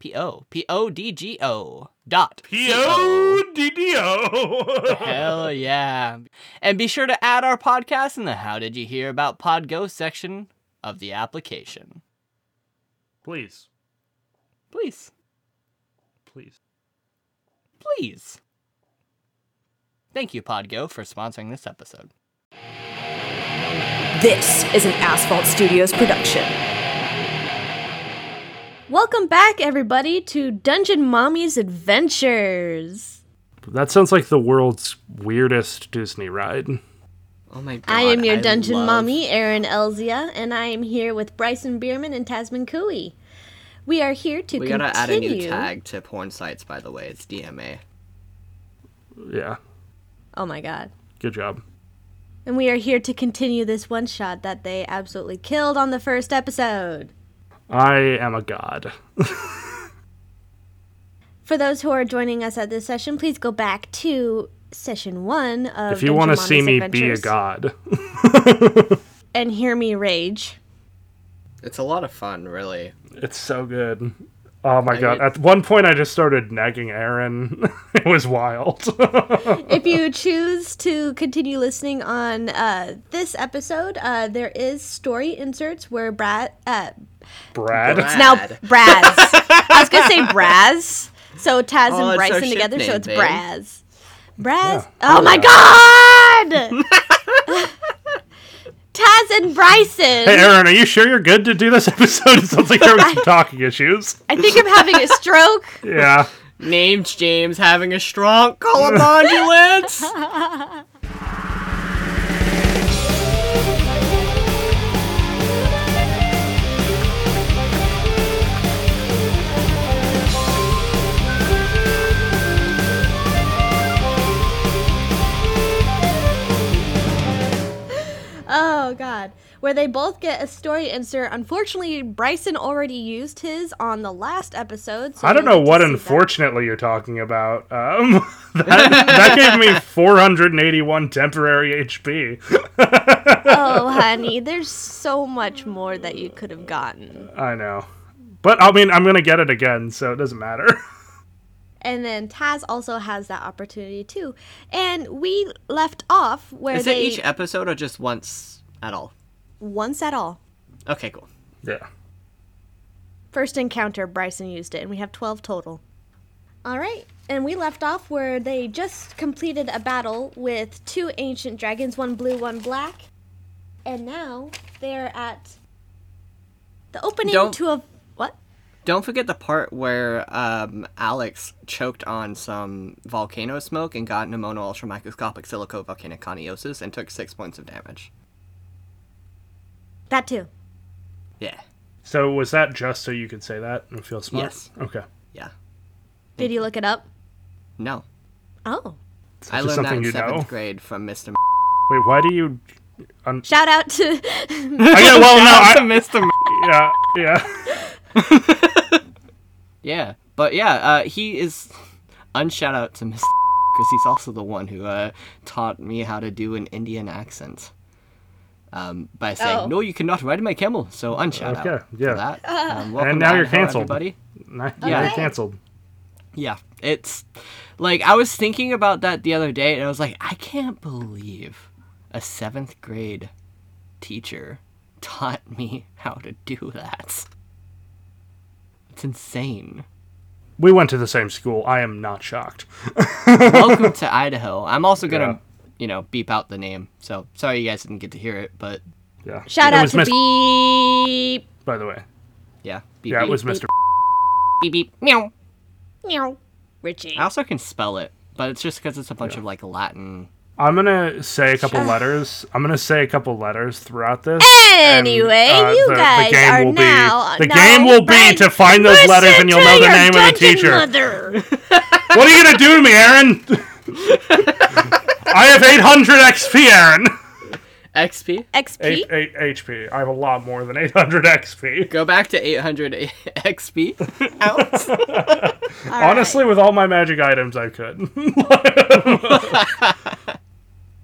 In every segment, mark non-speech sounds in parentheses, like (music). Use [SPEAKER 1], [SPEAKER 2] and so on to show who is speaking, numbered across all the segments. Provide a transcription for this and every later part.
[SPEAKER 1] P O P O D G O dot
[SPEAKER 2] P
[SPEAKER 1] co.
[SPEAKER 2] O D D (laughs) O.
[SPEAKER 1] Hell yeah. And be sure to add our podcast in the How Did You Hear About Podgo section of the application.
[SPEAKER 2] Please,
[SPEAKER 1] Please.
[SPEAKER 2] please.
[SPEAKER 1] Please. Thank you, Podgo, for sponsoring this episode.
[SPEAKER 3] This is an Asphalt Studios production.
[SPEAKER 4] Welcome back, everybody, to Dungeon Mommy's Adventures.
[SPEAKER 2] That sounds like the world's weirdest Disney ride.
[SPEAKER 1] Oh my god.
[SPEAKER 4] I am your dungeon
[SPEAKER 1] love-
[SPEAKER 4] mommy, Erin Elzia, and I am here with Bryson Bierman and Tasman Cooey. We are here to
[SPEAKER 1] We
[SPEAKER 4] continue.
[SPEAKER 1] gotta add a new tag to porn sites, by the way. It's DMA.
[SPEAKER 2] Yeah,
[SPEAKER 4] Oh my god.
[SPEAKER 2] good job.
[SPEAKER 4] And we are here to continue this one shot that they absolutely killed on the first episode.
[SPEAKER 2] I am a god.
[SPEAKER 4] For those who are joining us at this session, please go back to session one of
[SPEAKER 2] if you
[SPEAKER 4] Dungeon
[SPEAKER 2] want to
[SPEAKER 4] Mommy's
[SPEAKER 2] see me be a
[SPEAKER 4] Adventures
[SPEAKER 2] god, (laughs)
[SPEAKER 4] and hear me rage.
[SPEAKER 1] It's a lot of fun, really.
[SPEAKER 2] it's so good. Oh my god!
[SPEAKER 1] would-
[SPEAKER 2] At one point, I just started nagging Aaron. (laughs) it was wild. (laughs)
[SPEAKER 4] if
[SPEAKER 1] (laughs)
[SPEAKER 4] you choose to continue listening on uh, this episode, uh, there is story inserts where Brad, uh,
[SPEAKER 2] Brad,
[SPEAKER 1] Brad.
[SPEAKER 4] now
[SPEAKER 1] Brad.
[SPEAKER 4] Braz. I was
[SPEAKER 1] (laughs)
[SPEAKER 4] gonna say Braz. So Taz
[SPEAKER 1] Oh, it's our
[SPEAKER 4] and Bryson
[SPEAKER 1] ship
[SPEAKER 4] together, so
[SPEAKER 1] name,
[SPEAKER 4] it's
[SPEAKER 1] babe.
[SPEAKER 4] Braz. Braz. Oh my God!
[SPEAKER 1] (laughs)
[SPEAKER 4] (laughs) Taz and Bryson.
[SPEAKER 2] Hey, Aaron, are you sure you're good to do this episode? (laughs) It sounds like there were some talking issues.
[SPEAKER 4] I think I'm having a stroke.
[SPEAKER 2] Yeah.
[SPEAKER 1] Named James having a
[SPEAKER 4] (laughs)
[SPEAKER 1] strong call of ambulance.
[SPEAKER 4] Oh God. Where they both get a story insert. Unfortunately, Bryson already used his on the last episode. So
[SPEAKER 2] I don't
[SPEAKER 4] we'll
[SPEAKER 2] know
[SPEAKER 4] get to
[SPEAKER 2] what
[SPEAKER 4] see that.
[SPEAKER 2] unfortunately you're talking about. Um, (laughs) that, that gave me
[SPEAKER 1] (laughs)
[SPEAKER 2] 481 temporary HP.
[SPEAKER 4] Oh, honey, there's so much more that you could have gotten.
[SPEAKER 2] I know. But I mean, I'm going to get it again, so it doesn't matter. (laughs)
[SPEAKER 4] And then Taz also has that opportunity too. And we left off where
[SPEAKER 1] Is it
[SPEAKER 4] they
[SPEAKER 1] each e- episode or just once at all?
[SPEAKER 4] once at all.
[SPEAKER 1] Okay, cool.
[SPEAKER 2] Yeah.
[SPEAKER 4] First encounter, Bryson used it, and we have 12 total. All right, and we left off where they just completed a battle with two ancient dragons, one blue, one black. And now they're at the opening
[SPEAKER 1] Don't-
[SPEAKER 4] to a. What?
[SPEAKER 1] Don't forget the part where um, Alex choked on some volcano smoke and got pneumono ultramicroscopic silicovolcanic coniosis and took six points of damage.
[SPEAKER 4] That too.
[SPEAKER 1] Yeah.
[SPEAKER 2] So was that just so you could say that and feel smart?
[SPEAKER 1] Yes.
[SPEAKER 2] Okay.
[SPEAKER 1] Yeah.
[SPEAKER 4] Did you look it up?
[SPEAKER 1] No.
[SPEAKER 4] Oh.
[SPEAKER 2] It's
[SPEAKER 1] I
[SPEAKER 2] just
[SPEAKER 1] learned that in
[SPEAKER 2] you
[SPEAKER 1] seventh
[SPEAKER 2] know.
[SPEAKER 1] grade from
[SPEAKER 2] (laughs)
[SPEAKER 1] Mr.
[SPEAKER 2] Wait, why do you?
[SPEAKER 4] Shout out to (laughs)
[SPEAKER 2] I
[SPEAKER 1] (laughs)
[SPEAKER 2] get, well, no, I,
[SPEAKER 1] Mr.
[SPEAKER 2] yeah, yeah. (laughs)
[SPEAKER 1] Yeah. But yeah, uh, he is. Unshout out to Mr. (laughs) because he's also the one who uh, taught me how to do an Indian accent. Um, by saying,
[SPEAKER 4] Oh.
[SPEAKER 1] no, you cannot ride my camel. So unshout out.
[SPEAKER 2] Okay,
[SPEAKER 1] for
[SPEAKER 2] yeah.
[SPEAKER 1] That. Um, welcome
[SPEAKER 2] And now
[SPEAKER 1] to
[SPEAKER 2] you're
[SPEAKER 1] Idaho,
[SPEAKER 2] canceled.
[SPEAKER 1] Everybody.
[SPEAKER 2] Nah,
[SPEAKER 1] Yeah.
[SPEAKER 2] You're canceled.
[SPEAKER 1] Yeah, it's like I was thinking about that the other day, and I was like, I can't believe a seventh grade teacher taught (laughs) me how to do that. It's insane.
[SPEAKER 2] We went to the same school. I am not shocked.
[SPEAKER 1] Welcome
[SPEAKER 2] (laughs)
[SPEAKER 1] to Idaho. I'm also gonna, you know, beep out the name. So sorry you guys didn't get to hear it, but
[SPEAKER 2] Yeah.
[SPEAKER 4] shout
[SPEAKER 2] it
[SPEAKER 4] out
[SPEAKER 2] was
[SPEAKER 4] to
[SPEAKER 2] Mr.
[SPEAKER 4] Beep.
[SPEAKER 2] By the way,
[SPEAKER 1] yeah, beep
[SPEAKER 2] yeah,
[SPEAKER 1] beep,
[SPEAKER 2] it was Mr.
[SPEAKER 1] beep beep meow.
[SPEAKER 4] Meow. Richie.
[SPEAKER 1] I also can spell it, but it's just because it's a bunch of like Latin.
[SPEAKER 2] I'm gonna say a couple letters. I'm gonna say a couple letters throughout this. uh,
[SPEAKER 4] Anyway, you guys are
[SPEAKER 2] will
[SPEAKER 4] now-
[SPEAKER 2] Be, the
[SPEAKER 4] now
[SPEAKER 2] game will be
[SPEAKER 4] Brad,
[SPEAKER 2] to find those letters, and you'll know the name of the teacher. (laughs)
[SPEAKER 4] Mother.
[SPEAKER 2] What are you gonna
[SPEAKER 4] (laughs)
[SPEAKER 2] do to me, Aaron? I have 800 XP, Aaron.
[SPEAKER 1] XP.
[SPEAKER 4] XP.
[SPEAKER 2] Eight, eight HP. I have a lot more than 800 XP.
[SPEAKER 1] Go back to 800 A-
[SPEAKER 2] (laughs)
[SPEAKER 1] XP. Ounce.
[SPEAKER 4] All right.
[SPEAKER 2] Honestly, with all my magic items, I could. (laughs)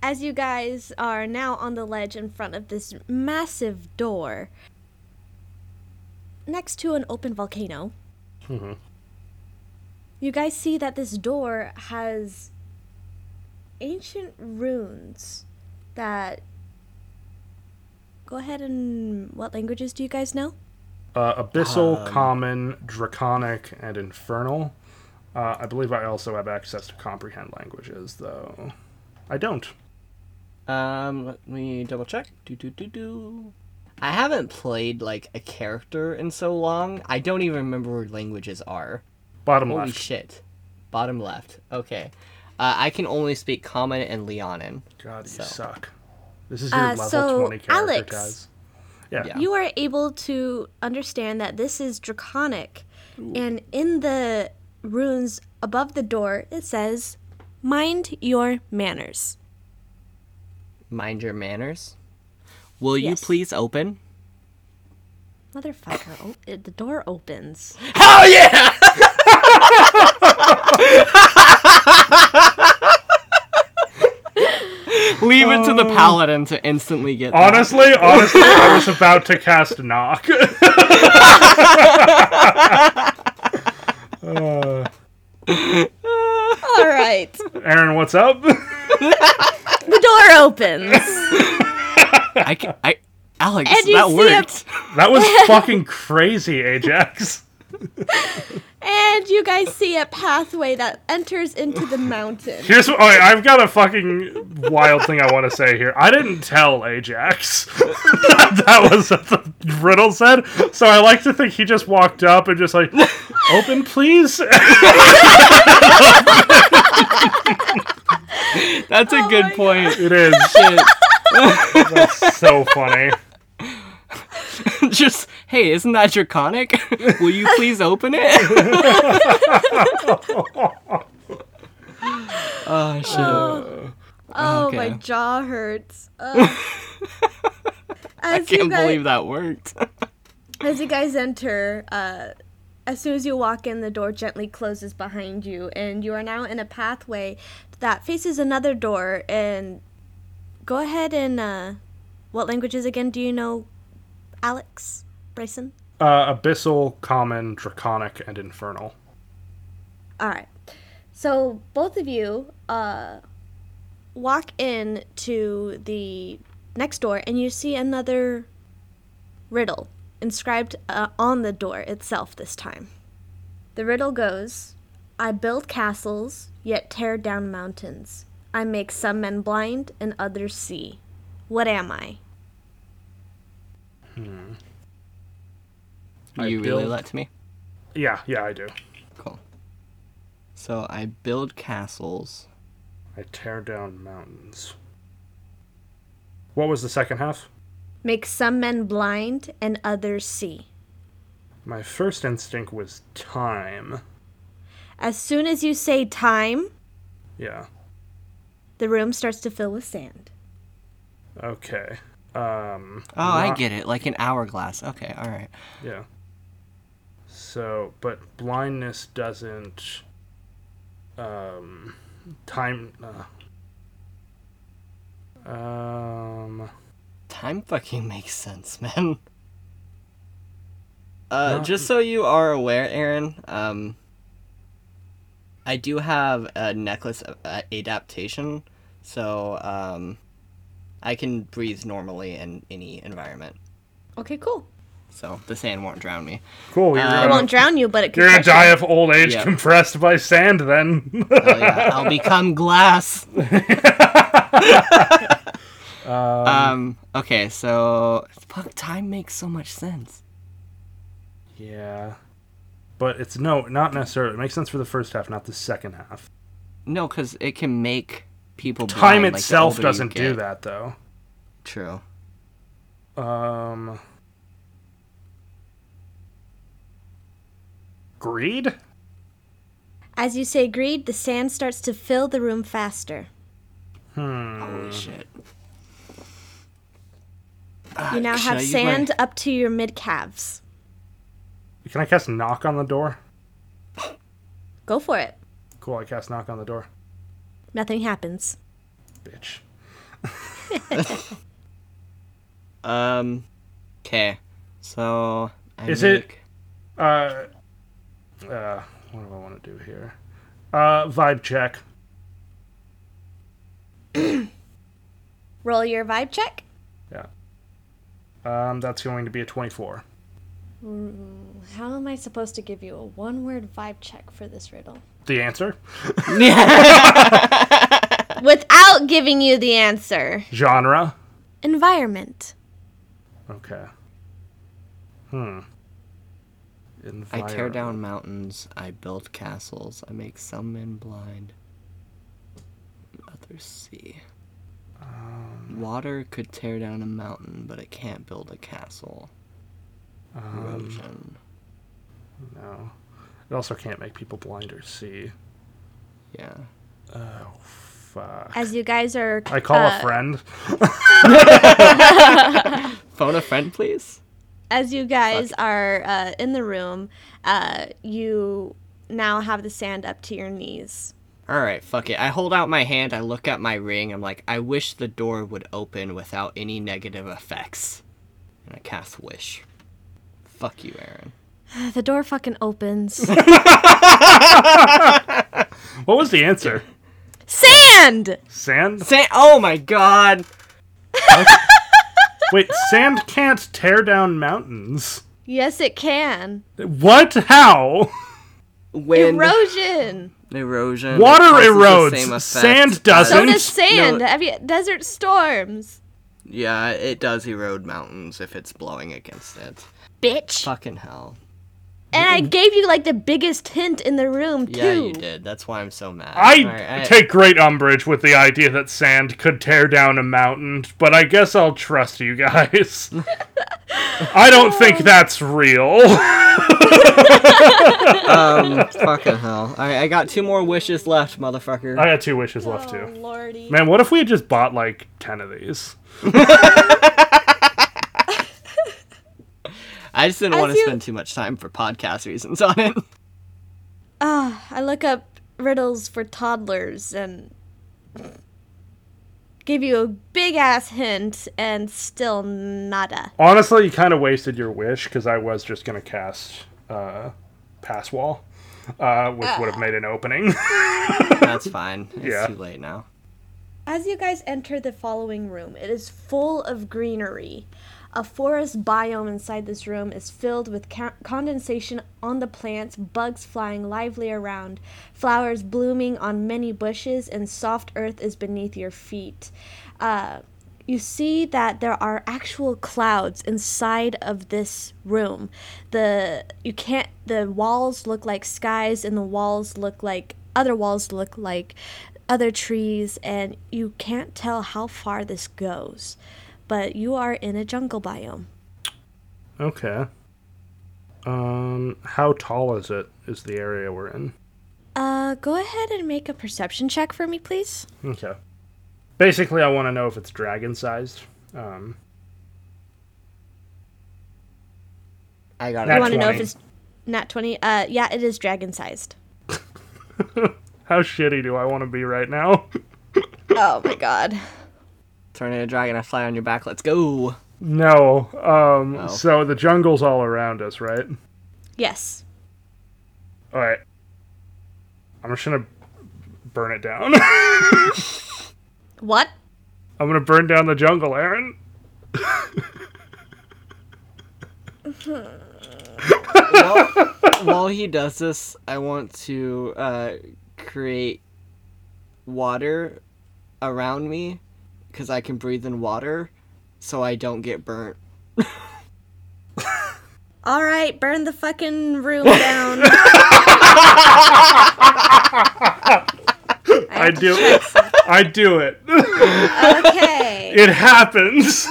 [SPEAKER 4] as you guys are now on the ledge in front of this massive door next to an open volcano you guys see that this door has ancient runes that go ahead and what languages do you guys know
[SPEAKER 2] uh, abyssal, common, draconic, and infernal. Uh, I believe I also have access to comprehend languages, though. I don't.
[SPEAKER 1] Um, let me double check. Do do do do. I haven't played like a character in so long. I don't even remember where languages are.
[SPEAKER 2] Bottom
[SPEAKER 1] Holy
[SPEAKER 2] left.
[SPEAKER 1] shit! Bottom left. Okay. Uh, I can only speak Common and Leonin.
[SPEAKER 2] God, you
[SPEAKER 1] So.
[SPEAKER 2] suck. This is your
[SPEAKER 4] Uh,
[SPEAKER 2] level
[SPEAKER 4] so,
[SPEAKER 2] 20 character,
[SPEAKER 4] Alex.
[SPEAKER 2] guys. Yeah.
[SPEAKER 1] Yeah.
[SPEAKER 4] you are able to understand that this is draconic and in the runes above the door it says mind your manners
[SPEAKER 1] Mind your manners. Will
[SPEAKER 4] Yes.
[SPEAKER 1] you please open?
[SPEAKER 4] motherfucker o- it- the door
[SPEAKER 1] (laughs)
[SPEAKER 4] opens
[SPEAKER 1] Hell yeah! Leave it to the paladin to instantly get. that.
[SPEAKER 4] (laughs)
[SPEAKER 2] Honestly, honestly, I was about to cast knock. (laughs)
[SPEAKER 4] all right
[SPEAKER 2] Aaron, what's up? (laughs)
[SPEAKER 4] (laughs) the door opens
[SPEAKER 1] I, can, I Alex,
[SPEAKER 4] And you
[SPEAKER 1] that
[SPEAKER 4] see a-
[SPEAKER 1] worked.
[SPEAKER 2] that
[SPEAKER 4] (laughs)
[SPEAKER 2] was fucking crazy, Ajax.
[SPEAKER 4] and you guys see a pathway that enters into the mountain
[SPEAKER 1] (laughs)
[SPEAKER 2] Here's what, okay, I've got a fucking wild thing I want to say here. I didn't tell Ajax (laughs) that, that was what the riddle said, so I like to think he just walked up and just like, open please.
[SPEAKER 1] That's a good point.
[SPEAKER 2] It is
[SPEAKER 1] (laughs)
[SPEAKER 2] That's so funny.
[SPEAKER 1] Just hey, isn't that draconic? (laughs) Will you please open it? (laughs) oh shit!
[SPEAKER 4] oh
[SPEAKER 1] okay.
[SPEAKER 4] my jaw
[SPEAKER 1] (laughs)
[SPEAKER 4] hurts Ugh. as
[SPEAKER 1] I can't
[SPEAKER 4] you guys,
[SPEAKER 1] believe that worked. (laughs)
[SPEAKER 4] As you guys enter, uh, as soon as you walk in, the door gently closes behind you, and you are now in a pathway that faces another door. And go ahead and uh, what languages again do you know, Alex Bryson?
[SPEAKER 2] Uh, abyssal, common, draconic, and infernal.
[SPEAKER 4] All right. So both of you uh, walk in to the next door, and you see another riddle inscribed uh, on the door itself this time. The riddle goes I build castles, yet tear down mountains. I make some men blind and others see. What am I?
[SPEAKER 2] I
[SPEAKER 1] you really
[SPEAKER 2] build-
[SPEAKER 1] let me.
[SPEAKER 2] Yeah, yeah, I do.
[SPEAKER 1] Cool. So I build castles.
[SPEAKER 2] I tear down mountains. What was the second half?
[SPEAKER 4] Make some men blind and others see.
[SPEAKER 2] My first instinct was time.
[SPEAKER 4] As soon as you say time,
[SPEAKER 2] Yeah.
[SPEAKER 4] the room starts to fill with sand.
[SPEAKER 2] Okay. Um.
[SPEAKER 1] Oh, I get it. Like an hourglass. Okay, all right.
[SPEAKER 2] Yeah. So, but blindness doesn't. Um, time. Uh, um.
[SPEAKER 1] Time fucking (laughs) makes sense, man. Uh, just so you are aware, Aaron, um, I do have a necklace a- a- adaptation, so um, I can breathe normally in any environment.
[SPEAKER 4] Okay, cool.
[SPEAKER 1] So the sand won't drown me.
[SPEAKER 2] Cool.
[SPEAKER 1] Uh,
[SPEAKER 2] You're
[SPEAKER 4] It
[SPEAKER 2] gonna,
[SPEAKER 4] won't drown you, but it could.
[SPEAKER 2] you're gonna
[SPEAKER 4] crush you.
[SPEAKER 2] die of old age
[SPEAKER 1] Yeah.
[SPEAKER 2] compressed by sand. Then. (laughs)
[SPEAKER 1] Oh, yeah, I'll become glass. (laughs) um, Okay. So fuck. Time makes so much sense.
[SPEAKER 2] yeah. But it's no, not necessarily. It makes sense for the first half, not the second half.
[SPEAKER 1] No, because it can make people. blind,
[SPEAKER 2] Time
[SPEAKER 1] like, the
[SPEAKER 2] itself
[SPEAKER 1] older you
[SPEAKER 2] doesn't do
[SPEAKER 1] get.
[SPEAKER 2] that, though.
[SPEAKER 1] True.
[SPEAKER 2] Um. Greed?
[SPEAKER 4] As you say greed, the sand starts to fill the room faster.
[SPEAKER 1] Holy shit.
[SPEAKER 4] You now
[SPEAKER 1] should I
[SPEAKER 4] have
[SPEAKER 1] use my-
[SPEAKER 4] sand up to your mid calves.
[SPEAKER 2] Can I cast knock on the door?
[SPEAKER 4] Go for it.
[SPEAKER 2] Cool, I cast knock on the door.
[SPEAKER 4] Nothing happens.
[SPEAKER 2] Bitch.
[SPEAKER 1] Um. Okay. So. I
[SPEAKER 2] Is
[SPEAKER 1] make...
[SPEAKER 2] it- Uh, uh, what do I want to do here? Uh, vibe check.
[SPEAKER 4] Roll your vibe check.
[SPEAKER 2] Yeah. Um, that's going to be a 24.
[SPEAKER 4] How am I supposed to give you a one word vibe check for
[SPEAKER 2] (laughs)
[SPEAKER 4] this riddle?
[SPEAKER 2] The answer?
[SPEAKER 4] Without giving you the answer.
[SPEAKER 2] Genre?
[SPEAKER 4] Environment.
[SPEAKER 2] Okay. Hmm.
[SPEAKER 1] (laughs) I tear
[SPEAKER 2] Environment.
[SPEAKER 1] down mountains. I build castles. I make some men blind, others see. Water could tear down a mountain, but it can't build a castle.
[SPEAKER 2] Um.
[SPEAKER 1] Erosion.
[SPEAKER 2] Uh, No. It also can't make people blind or see. Oh,
[SPEAKER 1] Yeah.
[SPEAKER 2] Fuck.
[SPEAKER 4] As you guys are.
[SPEAKER 2] I call
[SPEAKER 4] uh,
[SPEAKER 2] a friend.
[SPEAKER 1] Phone a friend, please.
[SPEAKER 4] as you guys are uh, in the room, uh, you now have the sand up to your knees. (sighs)
[SPEAKER 1] All right, fuck it. I hold out my hand. I look at my ring. I'm like, I wish the door would open without any negative effects. And I cast wish. Fuck you, Aaron.
[SPEAKER 4] The door fucking
[SPEAKER 2] (laughs)
[SPEAKER 4] opens.
[SPEAKER 2] What was the answer?
[SPEAKER 4] sand!
[SPEAKER 2] Sand?
[SPEAKER 1] Say, oh my god.
[SPEAKER 2] Wait, sand can't tear down mountains.
[SPEAKER 4] Yes, it can.
[SPEAKER 2] What? How?
[SPEAKER 1] Wind.
[SPEAKER 4] Erosion!
[SPEAKER 1] erosion.
[SPEAKER 2] Water
[SPEAKER 1] it causes the
[SPEAKER 2] erodes,
[SPEAKER 1] same effect,
[SPEAKER 2] sand
[SPEAKER 1] but-
[SPEAKER 2] doesn't.
[SPEAKER 4] So
[SPEAKER 2] Don't
[SPEAKER 4] does
[SPEAKER 2] s-
[SPEAKER 4] sand.
[SPEAKER 1] no.
[SPEAKER 4] Have you, desert storms.
[SPEAKER 1] Yeah, it does erode mountains if it's blowing against it.
[SPEAKER 4] Bitch.
[SPEAKER 1] Fucking hell.
[SPEAKER 4] And I gave you like the biggest hint in the room, too.
[SPEAKER 1] Yeah, you did. That's why I'm so mad.
[SPEAKER 2] I
[SPEAKER 1] Alright,
[SPEAKER 2] take great umbrage with the idea that sand could tear down a mountain, but I guess I'll trust you guys. I don't think that's real.
[SPEAKER 1] um, (laughs) fucking hell. All right, I got two more wishes left, motherfucker.
[SPEAKER 2] I got two wishes left
[SPEAKER 4] Oh,
[SPEAKER 2] too.
[SPEAKER 4] lordy.
[SPEAKER 2] Man, what if we had just bought like ten of these?
[SPEAKER 1] I just didn't
[SPEAKER 4] As
[SPEAKER 1] want to
[SPEAKER 4] you-
[SPEAKER 1] spend too much time for podcast reasons on it.
[SPEAKER 4] Ah, I look up riddles for toddlers and give you a big ass hint and still nada.
[SPEAKER 2] Honestly, you kind of wasted your wish because I was just gonna cast uh, pass wall, uh, which would have made an opening. (laughs)
[SPEAKER 1] That's fine. It's
[SPEAKER 2] Yeah.
[SPEAKER 1] too late now.
[SPEAKER 4] As you guys enter the following room, it is full of greenery. A forest biome inside this room is filled with ca- condensation on the plants, bugs flying lively around, flowers blooming on many bushes, and soft earth is beneath your feet. Uh, you see that there are actual clouds inside of this room. The you can't the walls look like skies and the walls look like other walls look like other trees and you can't tell how far this goes. But you are in a jungle biome.
[SPEAKER 2] okay. Um, how tall is it? Is the area we're in?
[SPEAKER 4] Uh go ahead and make a perception check for me, please.
[SPEAKER 2] Okay. Basically, I want to know if it's dragon sized. Um,
[SPEAKER 1] I got
[SPEAKER 2] Nat
[SPEAKER 4] I
[SPEAKER 1] it.
[SPEAKER 4] want to know if
[SPEAKER 2] 20.
[SPEAKER 4] it's not 20. Uh yeah, it is dragon sized.
[SPEAKER 2] how shitty do I want to be right now? (laughs)
[SPEAKER 4] oh my god.
[SPEAKER 1] Tornado dragon, I fly on your back. Let's (laughs) go.
[SPEAKER 2] no. Um,
[SPEAKER 1] Oh.
[SPEAKER 2] So the jungle's all around us, right?
[SPEAKER 4] Yes.
[SPEAKER 2] All right. I'm just gonna burn it down. (laughs)
[SPEAKER 4] What?
[SPEAKER 2] I'm gonna burn down the jungle, Aaron.
[SPEAKER 1] While, while he does this, I want to uh, create water around me because I can breathe in water, so I don't get burnt.
[SPEAKER 4] All right, burn the fucking room down.
[SPEAKER 2] I do. it. I do it. (laughs)
[SPEAKER 4] okay.
[SPEAKER 2] It happens. (laughs)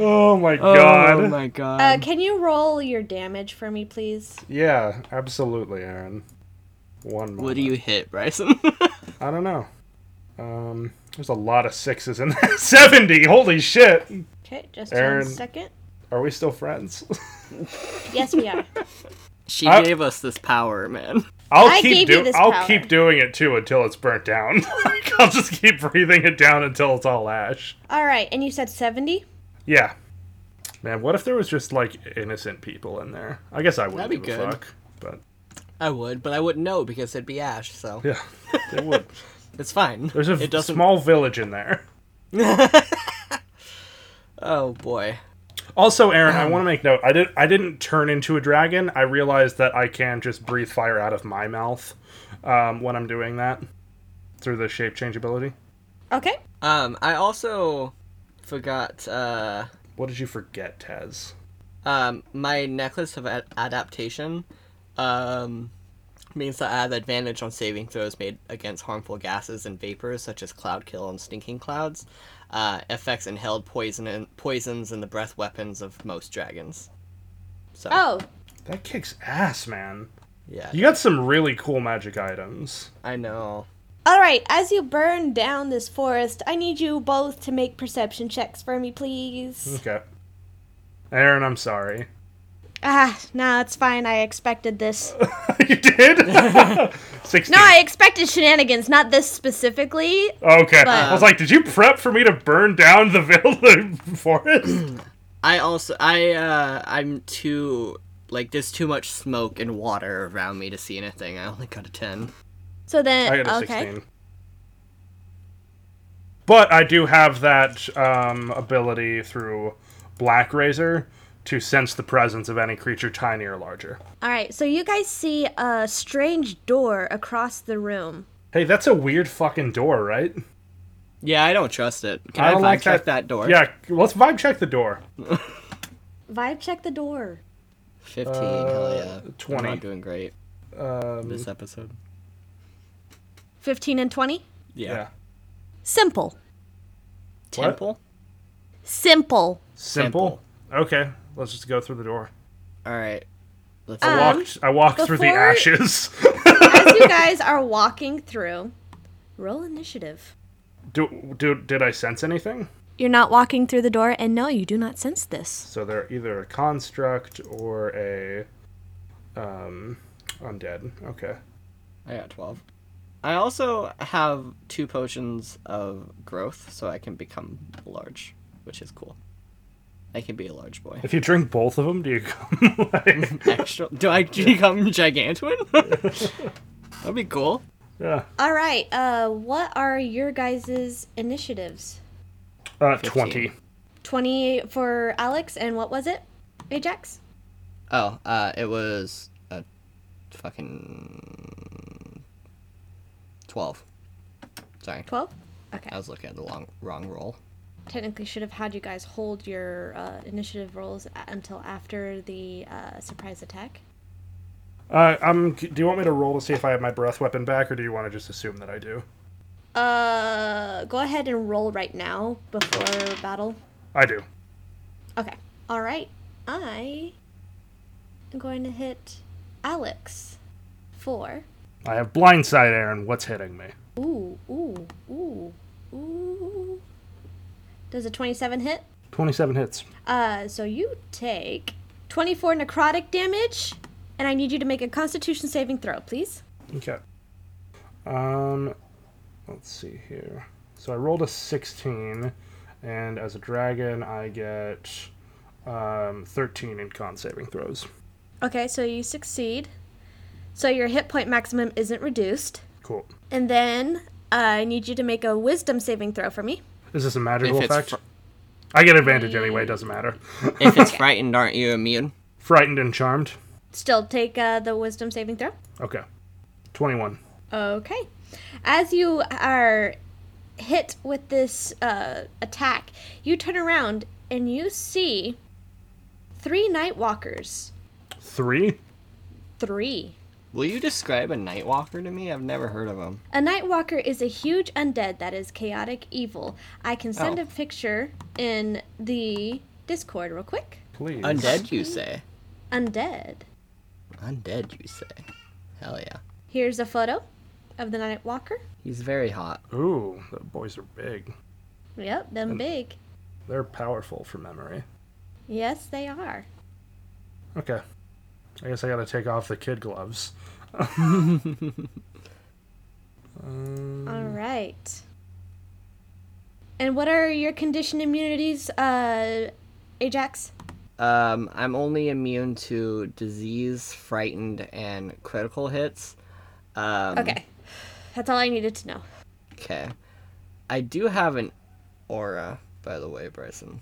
[SPEAKER 2] oh my
[SPEAKER 1] Oh
[SPEAKER 2] god.
[SPEAKER 1] my god.
[SPEAKER 4] Uh, can you roll your damage for me, please?
[SPEAKER 2] Yeah, absolutely, Aaron. One.
[SPEAKER 1] What
[SPEAKER 2] moment.
[SPEAKER 1] do you hit, Bryson?
[SPEAKER 2] I don't know. Um, There's a lot of sixes in (laughs) that. 70! Holy shit!
[SPEAKER 4] Okay, just
[SPEAKER 2] Aaron.
[SPEAKER 4] one second.
[SPEAKER 2] Are we still friends? (laughs)
[SPEAKER 4] Yes, we are.
[SPEAKER 1] (laughs) She
[SPEAKER 2] I-
[SPEAKER 1] gave us this power, man.
[SPEAKER 2] I'll
[SPEAKER 4] I
[SPEAKER 2] keep
[SPEAKER 4] gave you
[SPEAKER 2] doing.
[SPEAKER 4] this
[SPEAKER 2] I'll
[SPEAKER 4] power.
[SPEAKER 2] keep doing it too until it's burnt down. (laughs) I'll just keep breathing it down until it's all ash.
[SPEAKER 4] All right, and you said 70?
[SPEAKER 2] Yeah. Man, what if there was just like innocent people in there? I guess I wouldn't
[SPEAKER 1] That'd be
[SPEAKER 2] give
[SPEAKER 1] good.
[SPEAKER 2] a fuck. But
[SPEAKER 1] I would, but I wouldn't know because it'd be ash, so (laughs)
[SPEAKER 2] yeah, they would.
[SPEAKER 1] it's fine.
[SPEAKER 2] There's a
[SPEAKER 1] it doesn't.
[SPEAKER 2] small village in there.
[SPEAKER 1] oh boy.
[SPEAKER 2] Also, Aaron, I want to make note. I did. I didn't turn into a dragon. I realized that I can just breathe fire out of my mouth um, when I'm doing that through the shape change ability.
[SPEAKER 4] Okay.
[SPEAKER 1] Um, I also forgot uh,
[SPEAKER 2] What did you forget, Taz?
[SPEAKER 1] um, my necklace of ad- adaptation um, means that I have advantage on saving throws made against harmful gases and vapors such as cloud kill and stinking clouds, uh, effects inhaled poison and poisons and the breath weapons of most dragons. So
[SPEAKER 2] Uh.
[SPEAKER 4] Oh,
[SPEAKER 2] That kicks ass, man.
[SPEAKER 1] yeah,
[SPEAKER 2] You got some really cool magic items.
[SPEAKER 1] I know.
[SPEAKER 4] all right. As you burn down this forest, I need you both to make perception checks for me, please.
[SPEAKER 2] Okay. Aaron, I'm sorry. (laughs)
[SPEAKER 4] ah, nah, it's fine. I
[SPEAKER 2] (laughs)
[SPEAKER 4] expected this.
[SPEAKER 2] you did? (laughs) 16.
[SPEAKER 4] No, I expected shenanigans, not this specifically.
[SPEAKER 2] okay.
[SPEAKER 4] but-
[SPEAKER 2] I was like, did you prep for me to burn down the (laughs) village forest?
[SPEAKER 1] I also I uh, I'm too like there's too much smoke and water around me to see anything. I only got a ten.
[SPEAKER 4] So
[SPEAKER 2] I
[SPEAKER 4] then,
[SPEAKER 2] got a
[SPEAKER 4] (laughs) okay.
[SPEAKER 2] 16. But I do have that um, ability through Black Razor to sense the presence of any creature tiny or larger.
[SPEAKER 4] All right, so you guys see a strange door across the room.
[SPEAKER 2] Hey, that's a weird fucking door, right?
[SPEAKER 1] Yeah, I don't trust it. Can I,
[SPEAKER 2] don't
[SPEAKER 1] vibe
[SPEAKER 2] like
[SPEAKER 1] check that door?
[SPEAKER 2] Yeah, let's vibe check the door.
[SPEAKER 4] Vibe check the door.
[SPEAKER 1] 15, hell
[SPEAKER 2] Uh,
[SPEAKER 1] yeah.
[SPEAKER 2] 20.
[SPEAKER 1] I'm not doing great
[SPEAKER 2] Um,
[SPEAKER 1] this episode.
[SPEAKER 4] 15 and 20?
[SPEAKER 1] Yeah.
[SPEAKER 2] yeah.
[SPEAKER 4] Simple.
[SPEAKER 1] Temple?
[SPEAKER 4] Simple.
[SPEAKER 2] Simple. Okay, let's just go through the door.
[SPEAKER 1] All right. Let's
[SPEAKER 2] I walked. I walked through the
[SPEAKER 4] Um, before-
[SPEAKER 2] ashes. (laughs)
[SPEAKER 4] As you guys are walking through, roll initiative.
[SPEAKER 2] do, do did I sense anything?
[SPEAKER 4] You're not walking through the door, and no, you do not sense this.
[SPEAKER 2] So they're either a construct or a um undead. Okay.
[SPEAKER 1] I got 12. I also have two potions of growth, so I can become large, which is cool. I can be a large boy.
[SPEAKER 2] If you drink both of them, do you (laughs) come
[SPEAKER 1] Mm-hmm.
[SPEAKER 2] like
[SPEAKER 1] Extra. Do I become Gigantuin? (laughs) That'd be cool.
[SPEAKER 2] yeah.
[SPEAKER 4] All right, uh, what are your guys' initiatives?
[SPEAKER 2] uh, twenty?
[SPEAKER 4] 20 for Alex, and what was it? Ajax?
[SPEAKER 1] Oh, uh, it was a fucking 12. Sorry,
[SPEAKER 4] 12? Okay.
[SPEAKER 1] I was looking at the long, wrong roll.
[SPEAKER 4] Technically, should have had you guys hold your uh, initiative rolls a- until after the uh, surprise attack.
[SPEAKER 2] Uh, um, do you want me to roll to see if I have my breath weapon back, or do you want to just assume that I do?
[SPEAKER 4] Uh, go ahead and roll right now before battle.
[SPEAKER 2] I do.
[SPEAKER 4] Okay. All right. I am going to hit Alex for.
[SPEAKER 2] I have blindsight, Aaron. What's hitting me?
[SPEAKER 4] Ooh, ooh, ooh, ooh. Does a 27 hit?
[SPEAKER 2] Twenty-seven hits.
[SPEAKER 4] Uh, so you take 24 necrotic damage, and I need you to make a constitution saving throw, please.
[SPEAKER 2] Okay. Um, let's see here. So I rolled a 16, and as a dragon, I get um, 13 in con saving throws.
[SPEAKER 4] Okay, so you succeed. So your hit point maximum isn't reduced.
[SPEAKER 2] Cool.
[SPEAKER 4] And then uh, I need you to make a wisdom saving throw for me.
[SPEAKER 2] Is this a magical
[SPEAKER 1] If it's
[SPEAKER 2] effect?
[SPEAKER 1] fr-
[SPEAKER 2] I get advantage anyway, doesn't matter.
[SPEAKER 1] If it's frightened, aren't you immune?
[SPEAKER 2] Frightened and charmed.
[SPEAKER 4] Still take uh, the wisdom saving throw.
[SPEAKER 2] Okay. 21.
[SPEAKER 4] Okay. As you are hit with this uh, attack, you turn around and you see three Nightwalkers.
[SPEAKER 2] 3?
[SPEAKER 4] Three.
[SPEAKER 1] Will you describe a Nightwalker to me? I've never heard of him.
[SPEAKER 4] A Nightwalker is a huge undead that is chaotic evil. I can send
[SPEAKER 1] Oh.
[SPEAKER 4] a picture in the Discord real quick.
[SPEAKER 2] Please.
[SPEAKER 1] Undead, you say?
[SPEAKER 4] Undead.
[SPEAKER 1] Undead, you say? Hell yeah.
[SPEAKER 4] Here's a photo of the Nightwalker.
[SPEAKER 1] He's very hot.
[SPEAKER 2] Ooh, the boys are big.
[SPEAKER 4] Yep, them big.
[SPEAKER 2] They're powerful from memory.
[SPEAKER 4] Yes, they are.
[SPEAKER 2] Okay. I guess I gotta take off the kid gloves.
[SPEAKER 4] All right. And what are your condition immunities, uh, Ajax?
[SPEAKER 1] Um, I'm only immune to disease, frightened, and critical hits. Um,
[SPEAKER 4] Okay. That's all I needed to know.
[SPEAKER 1] Okay. I do have an aura, by the way, Bryson.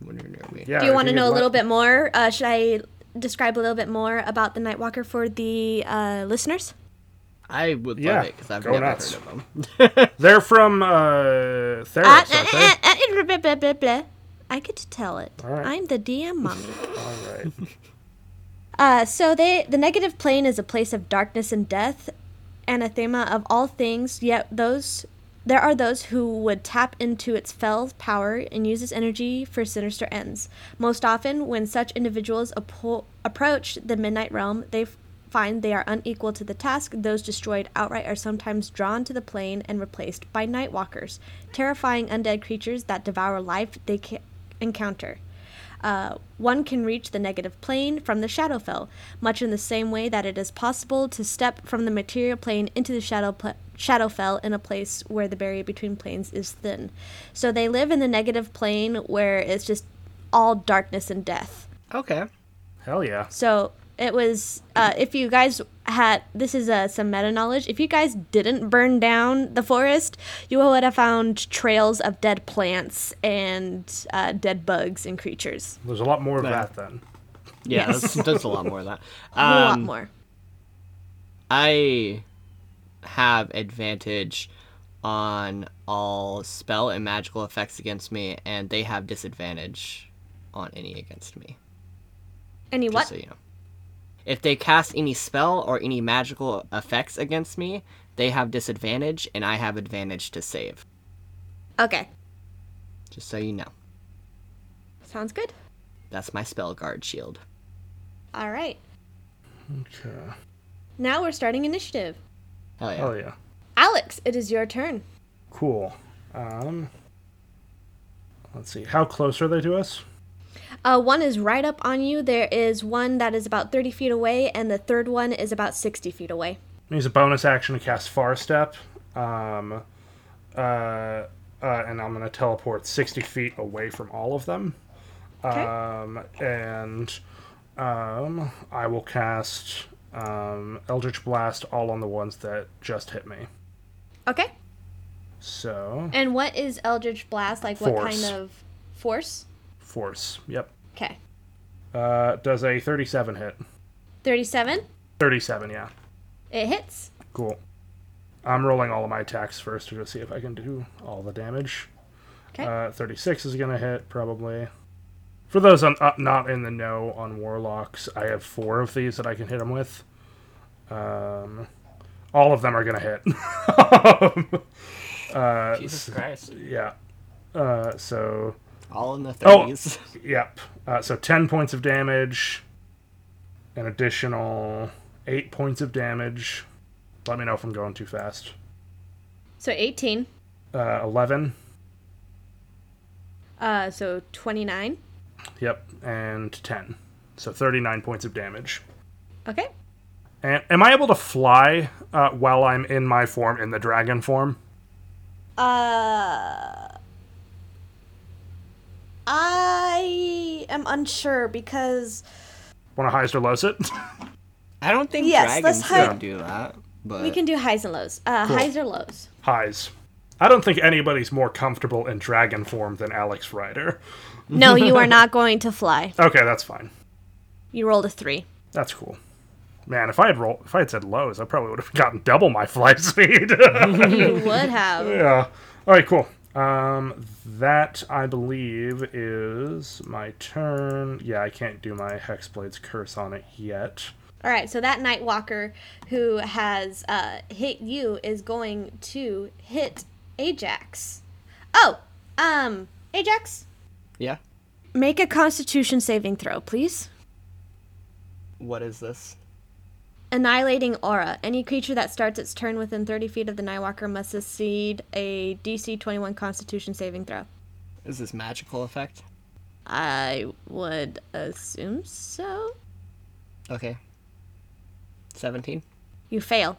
[SPEAKER 1] When you're near me.
[SPEAKER 2] Yeah.
[SPEAKER 4] Do you
[SPEAKER 2] if
[SPEAKER 4] want to
[SPEAKER 2] could
[SPEAKER 4] know a
[SPEAKER 2] let-
[SPEAKER 4] little bit more? Uh, should I describe a little bit more about the Nightwalker for the uh, listeners?
[SPEAKER 1] I would
[SPEAKER 2] Yeah,
[SPEAKER 1] love it because I've
[SPEAKER 2] go
[SPEAKER 1] never
[SPEAKER 2] nuts.
[SPEAKER 1] heard of him.
[SPEAKER 2] They're from uh, Theros,
[SPEAKER 4] Uh, uh,
[SPEAKER 2] aren't
[SPEAKER 4] uh,
[SPEAKER 2] they?
[SPEAKER 4] uh, uh, blah, blah, blah, blah. I could tell it.
[SPEAKER 2] right.
[SPEAKER 4] I'm the DM mommy.
[SPEAKER 2] All right.
[SPEAKER 4] Uh, so they, the negative plane is a place of darkness and death, anathema of all things. Yet those, there are those who would tap into its fell power and use its energy for sinister ends. Most often, when such individuals appo- approach the midnight realm, they f- find they are unequal to the task. Those destroyed outright are sometimes drawn to the plane and replaced by nightwalkers, terrifying undead creatures that devour life they ca- encounter. Uh, one can reach the negative plane from the Shadowfell, much in the same way that it is possible to step from the material plane into the shadow pl- Shadowfell in a place where the barrier between planes is thin. So they live in the negative plane where it's just all darkness and death.
[SPEAKER 1] Okay.
[SPEAKER 2] Hell yeah.
[SPEAKER 4] So it was, uh, if you guys had, this is uh, some meta knowledge, if you guys didn't burn down the forest, you would have found trails of dead plants and uh, dead bugs and creatures.
[SPEAKER 2] There's a lot more of that then.
[SPEAKER 1] Yeah, that's, that's a lot more of (laughs) that.
[SPEAKER 4] a
[SPEAKER 1] Um,
[SPEAKER 4] lot more.
[SPEAKER 1] I have advantage on all spell and magical effects against me, and they have disadvantage on any against me.
[SPEAKER 4] Any what?
[SPEAKER 1] Just so you know. If they cast any spell or any magical effects against me, they have disadvantage, and I have advantage to save.
[SPEAKER 4] Okay.
[SPEAKER 1] Just so you know.
[SPEAKER 4] Sounds good.
[SPEAKER 1] That's my spell guard shield.
[SPEAKER 4] All right.
[SPEAKER 2] Okay.
[SPEAKER 4] Now we're starting initiative.
[SPEAKER 1] Hell yeah.
[SPEAKER 2] Hell Oh, yeah.
[SPEAKER 4] Alex, it is your turn.
[SPEAKER 2] Cool. Um, let's see. How close are they to us?
[SPEAKER 4] Uh, one is right up on you. There is one that is about 30 feet away, and the third one is about 60 feet away.
[SPEAKER 2] Use a bonus action to cast Far Step. Um, uh, uh, and I'm going to teleport 60 feet away from all of them.
[SPEAKER 4] Okay.
[SPEAKER 2] Um, and um, I will cast um, Eldritch Blast all on the ones that just hit me.
[SPEAKER 4] okay.
[SPEAKER 2] So,
[SPEAKER 4] And what is Eldritch Blast? Like, what
[SPEAKER 2] Force.
[SPEAKER 4] kind of force?
[SPEAKER 2] Force. Yep.
[SPEAKER 4] Okay.
[SPEAKER 2] Uh, does a 37 hit?
[SPEAKER 4] 37.
[SPEAKER 2] 37, yeah.
[SPEAKER 4] It hits.
[SPEAKER 2] Cool. I'm rolling all of my attacks first to go see if I can do all the damage.
[SPEAKER 4] 'Kay.
[SPEAKER 2] Uh, 36 is going to hit, probably. For those on, uh, not in the know on Warlocks, I have four of these that I can hit them with. Um, all of them are going to hit. (laughs)
[SPEAKER 5] Jesus Christ.
[SPEAKER 2] yeah. Uh, so,
[SPEAKER 1] All in the
[SPEAKER 2] Oh.
[SPEAKER 1] 30s.
[SPEAKER 2] yep. Uh, so 10 points of damage. An additional 8 points of damage. Let me know if I'm going too fast.
[SPEAKER 4] So 18.
[SPEAKER 2] Uh, 11.
[SPEAKER 4] Uh, so 29.
[SPEAKER 2] Yep, and 10. So 39 points of damage.
[SPEAKER 4] Okay.
[SPEAKER 2] And am I able to fly uh, while I'm in my form, in the dragon form?
[SPEAKER 4] Uh, I am unsure because
[SPEAKER 2] Want to heist or lose it?
[SPEAKER 1] (laughs)
[SPEAKER 2] (laughs)
[SPEAKER 1] I don't think
[SPEAKER 4] Yes, let's
[SPEAKER 1] dragons
[SPEAKER 4] hide-
[SPEAKER 1] can do that. But
[SPEAKER 4] we can do highs and lows. Uh, Highs or lows?
[SPEAKER 2] Highs. I don't think anybody's more comfortable in dragon form than Alex Ryder.
[SPEAKER 4] No, you are not going to fly.
[SPEAKER 2] Okay, that's fine.
[SPEAKER 4] You rolled a three.
[SPEAKER 2] That's cool. Man, if I had roll, if I had said lows, I probably would have (laughs) gotten double my flight (laughs) speed.
[SPEAKER 4] You would have.
[SPEAKER 2] yeah. All right, cool. Um, that I believe is my turn. Yeah, I can't do my Hexblade's curse on it yet.
[SPEAKER 4] All right, so that Nightwalker who has uh, hit you is going to hit Ajax. Oh, um, Ajax,
[SPEAKER 1] yeah.
[SPEAKER 4] make a Constitution saving throw, please.
[SPEAKER 1] What is this?
[SPEAKER 4] Uh, Annihilating Aura. Any creature that starts its turn within 30 feet of the Nightwalker must succeed a DC 21 Constitution saving throw.
[SPEAKER 1] Is this magical effect?
[SPEAKER 4] I would assume so.
[SPEAKER 1] Okay. 17?
[SPEAKER 4] You fail.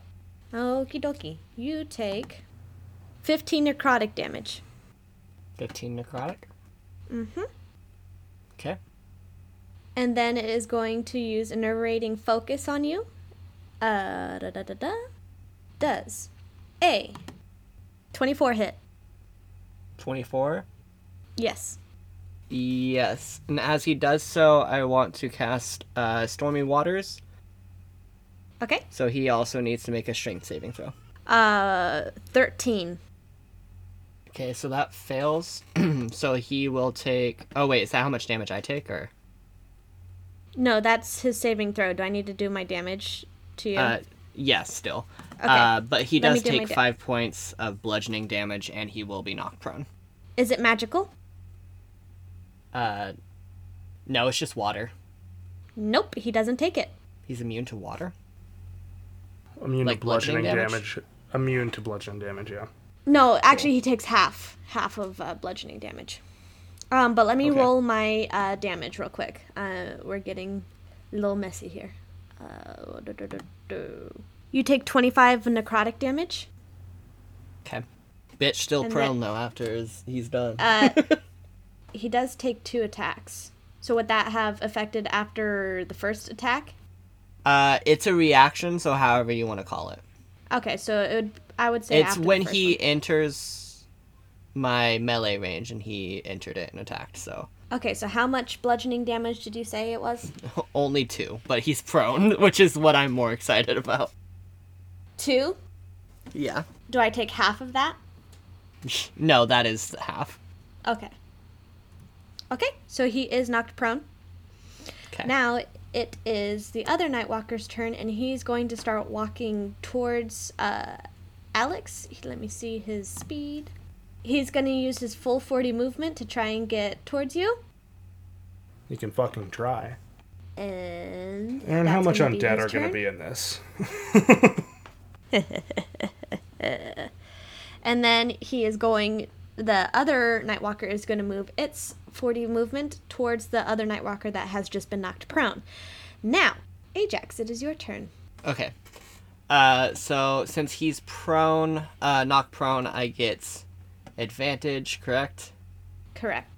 [SPEAKER 4] Okie dokie. You take 15 necrotic damage.
[SPEAKER 1] 15 necrotic? Mm-hmm. Okay.
[SPEAKER 4] And then it is going to use innervating focus on you. Uh, da, da, da, da. Does a 24 hit?
[SPEAKER 1] 24?
[SPEAKER 4] Yes.
[SPEAKER 1] Yes. And as he does so, I want to cast uh, Stormy Waters.
[SPEAKER 4] Okay.
[SPEAKER 1] So he also needs to make a strength saving throw.
[SPEAKER 4] Uh, 13.
[SPEAKER 1] Okay, so that fails. (clears throat) so he will take. Oh, wait, is that how much damage I take? Or.
[SPEAKER 4] No, that's his saving throw. Do I need to do my damage to you?
[SPEAKER 1] Uh, yes, still. Uh, but he
[SPEAKER 4] Mm-hmm. Let me
[SPEAKER 1] does
[SPEAKER 4] do my
[SPEAKER 1] take
[SPEAKER 4] da-
[SPEAKER 1] five points of bludgeoning damage and he will be knocked prone.
[SPEAKER 4] is it magical?
[SPEAKER 1] Uh, no, it's just water.
[SPEAKER 4] Nope, he doesn't take it.
[SPEAKER 1] He's immune to water?
[SPEAKER 2] Immune
[SPEAKER 1] Like
[SPEAKER 2] to bludgeoning
[SPEAKER 1] bludgeoning
[SPEAKER 2] damage? Immune to bludgeoning damage, yeah.
[SPEAKER 4] No, actually, he takes half half of uh, bludgeoning damage. Um, but let me
[SPEAKER 1] Okay.
[SPEAKER 4] roll my uh, damage real quick. Uh, we're getting a little messy here. Uh, do, do, do, do. You take twenty five necrotic damage.
[SPEAKER 1] Okay. Bitch still
[SPEAKER 4] And Uh,
[SPEAKER 1] prone though after his, he's done.
[SPEAKER 4] He does take two attacks. So would that have affected after the first attack?
[SPEAKER 1] Uh, it's a reaction, so however you want to call it.
[SPEAKER 4] Okay, so it would. I would say
[SPEAKER 1] it's
[SPEAKER 4] after the
[SPEAKER 1] when
[SPEAKER 4] first
[SPEAKER 1] he enters my melee range, and he entered it and attacked. So (laughs)
[SPEAKER 4] one. Okay, so how much bludgeoning damage did you say it was?
[SPEAKER 1] only two, but he's prone, (laughs) which is what I'm more excited about.
[SPEAKER 4] Two.
[SPEAKER 1] Yeah.
[SPEAKER 4] Do I take half of that?
[SPEAKER 1] No, that is half.
[SPEAKER 4] Okay. Okay, so he is knocked prone.
[SPEAKER 1] 'Kay.
[SPEAKER 4] Now it is the other Nightwalker's turn, and he's going to start walking towards uh, Alex. He- Let me see his speed. He's going to use his full 40 movement to try and get towards you.
[SPEAKER 2] You can fucking try.
[SPEAKER 4] And.
[SPEAKER 2] And how
[SPEAKER 4] that's
[SPEAKER 2] much
[SPEAKER 4] gonna be
[SPEAKER 2] undead
[SPEAKER 4] his
[SPEAKER 2] are going to
[SPEAKER 4] turn.
[SPEAKER 2] be in this? (laughs)
[SPEAKER 4] And then he is going. The other Nightwalker is going to move its 40 movement towards the other Nightwalker that has just been knocked prone. Now, Ajax, it is your turn.
[SPEAKER 1] Okay. Uh, so since he's prone, uh, knock prone, I get advantage, correct?
[SPEAKER 4] Correct.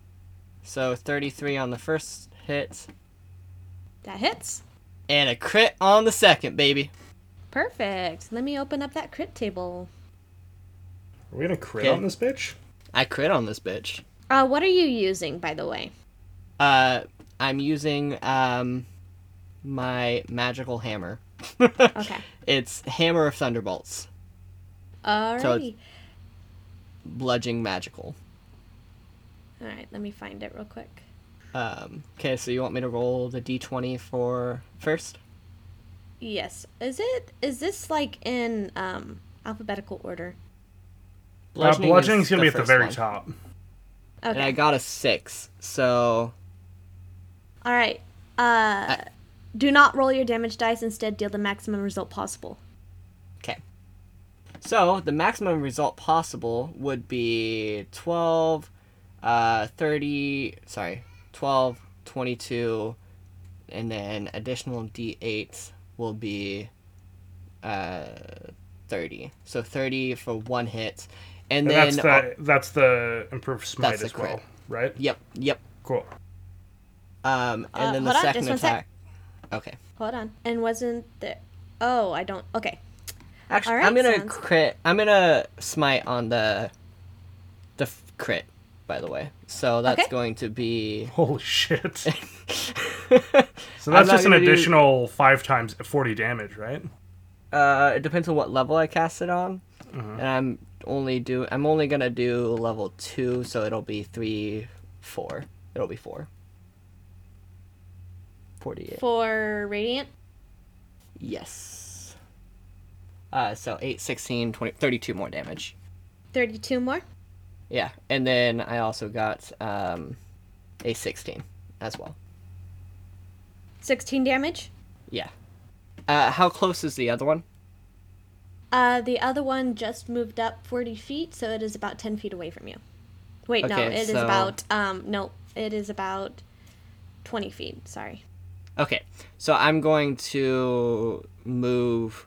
[SPEAKER 1] So 33 on the first hit,
[SPEAKER 4] That hits.
[SPEAKER 1] and a crit on the second, baby.
[SPEAKER 4] Perfect. Let me open up that crit table.
[SPEAKER 2] Are we going to crit
[SPEAKER 1] Okay.
[SPEAKER 2] on this bitch?
[SPEAKER 1] I crit on this bitch.
[SPEAKER 4] Uh, what are you using, by the way?
[SPEAKER 1] Uh, I'm using um, my magical hammer. (laughs)
[SPEAKER 4] Okay.
[SPEAKER 1] It's hammer of thunderbolts,
[SPEAKER 4] Alrighty.
[SPEAKER 1] So it's- bludgeoning magical.
[SPEAKER 4] All right. Let me find it real quick.
[SPEAKER 1] Um, okay, so you want me to roll the d20 for first?
[SPEAKER 2] Uh,
[SPEAKER 4] Yes. Is it? Is this like in um alphabetical order?
[SPEAKER 2] Uh,
[SPEAKER 1] is
[SPEAKER 2] bludgeoning's going to be at the
[SPEAKER 1] first
[SPEAKER 2] very
[SPEAKER 1] one.
[SPEAKER 2] top.
[SPEAKER 1] And
[SPEAKER 4] Okay.
[SPEAKER 1] I got a six, so
[SPEAKER 4] All right. Uh, do not roll your damage dice. Instead, deal the maximum result possible.
[SPEAKER 1] okay. So the maximum result possible would be 12, uh, 30, sorry, 12, 22, and then additional d8 will be uh, 30. So 30 for one hit. And,
[SPEAKER 2] And
[SPEAKER 1] then.
[SPEAKER 2] that's the that's the improved smite
[SPEAKER 1] That's the
[SPEAKER 2] as well,
[SPEAKER 1] crit.
[SPEAKER 2] right?
[SPEAKER 1] yep, yep.
[SPEAKER 2] Cool.
[SPEAKER 1] Um, and then
[SPEAKER 4] Uh, hold
[SPEAKER 1] the
[SPEAKER 4] on,
[SPEAKER 1] second
[SPEAKER 4] just one sec.
[SPEAKER 1] attack. Okay.
[SPEAKER 4] Hold on. And wasn't there? Oh, I don't. Okay.
[SPEAKER 1] Actually,
[SPEAKER 4] Alright,
[SPEAKER 1] I'm gonna
[SPEAKER 4] sounds-
[SPEAKER 1] crit. I'm gonna smite on the the f- crit, by the way. So that's
[SPEAKER 4] Okay.
[SPEAKER 1] going to be. (laughs)
[SPEAKER 2] Holy shit. so
[SPEAKER 1] I'm
[SPEAKER 2] that's
[SPEAKER 1] not
[SPEAKER 2] just an
[SPEAKER 1] gonna do-
[SPEAKER 2] additional 5 times 40 damage, right?
[SPEAKER 1] Uh, it depends on what level I cast it on, and I'm only do. I'm only gonna do level two, so it'll be three, four. It'll be four. Forty-eight.
[SPEAKER 4] For radiant.
[SPEAKER 1] Yes. Uh, so 8, 16, 20, 32 more damage.
[SPEAKER 4] 32 more.
[SPEAKER 1] Yeah, and then I also got um, a 16 as well.
[SPEAKER 4] 16 damage.
[SPEAKER 1] Yeah. Uh, how close is the other one?
[SPEAKER 4] Uh, the other one just moved up 40 feet, so it is about 10 feet away from you. Wait, no,
[SPEAKER 1] Okay,
[SPEAKER 4] it is
[SPEAKER 1] so-
[SPEAKER 4] about, um, no, it is about 20 feet, sorry.
[SPEAKER 1] Okay, so I'm going to move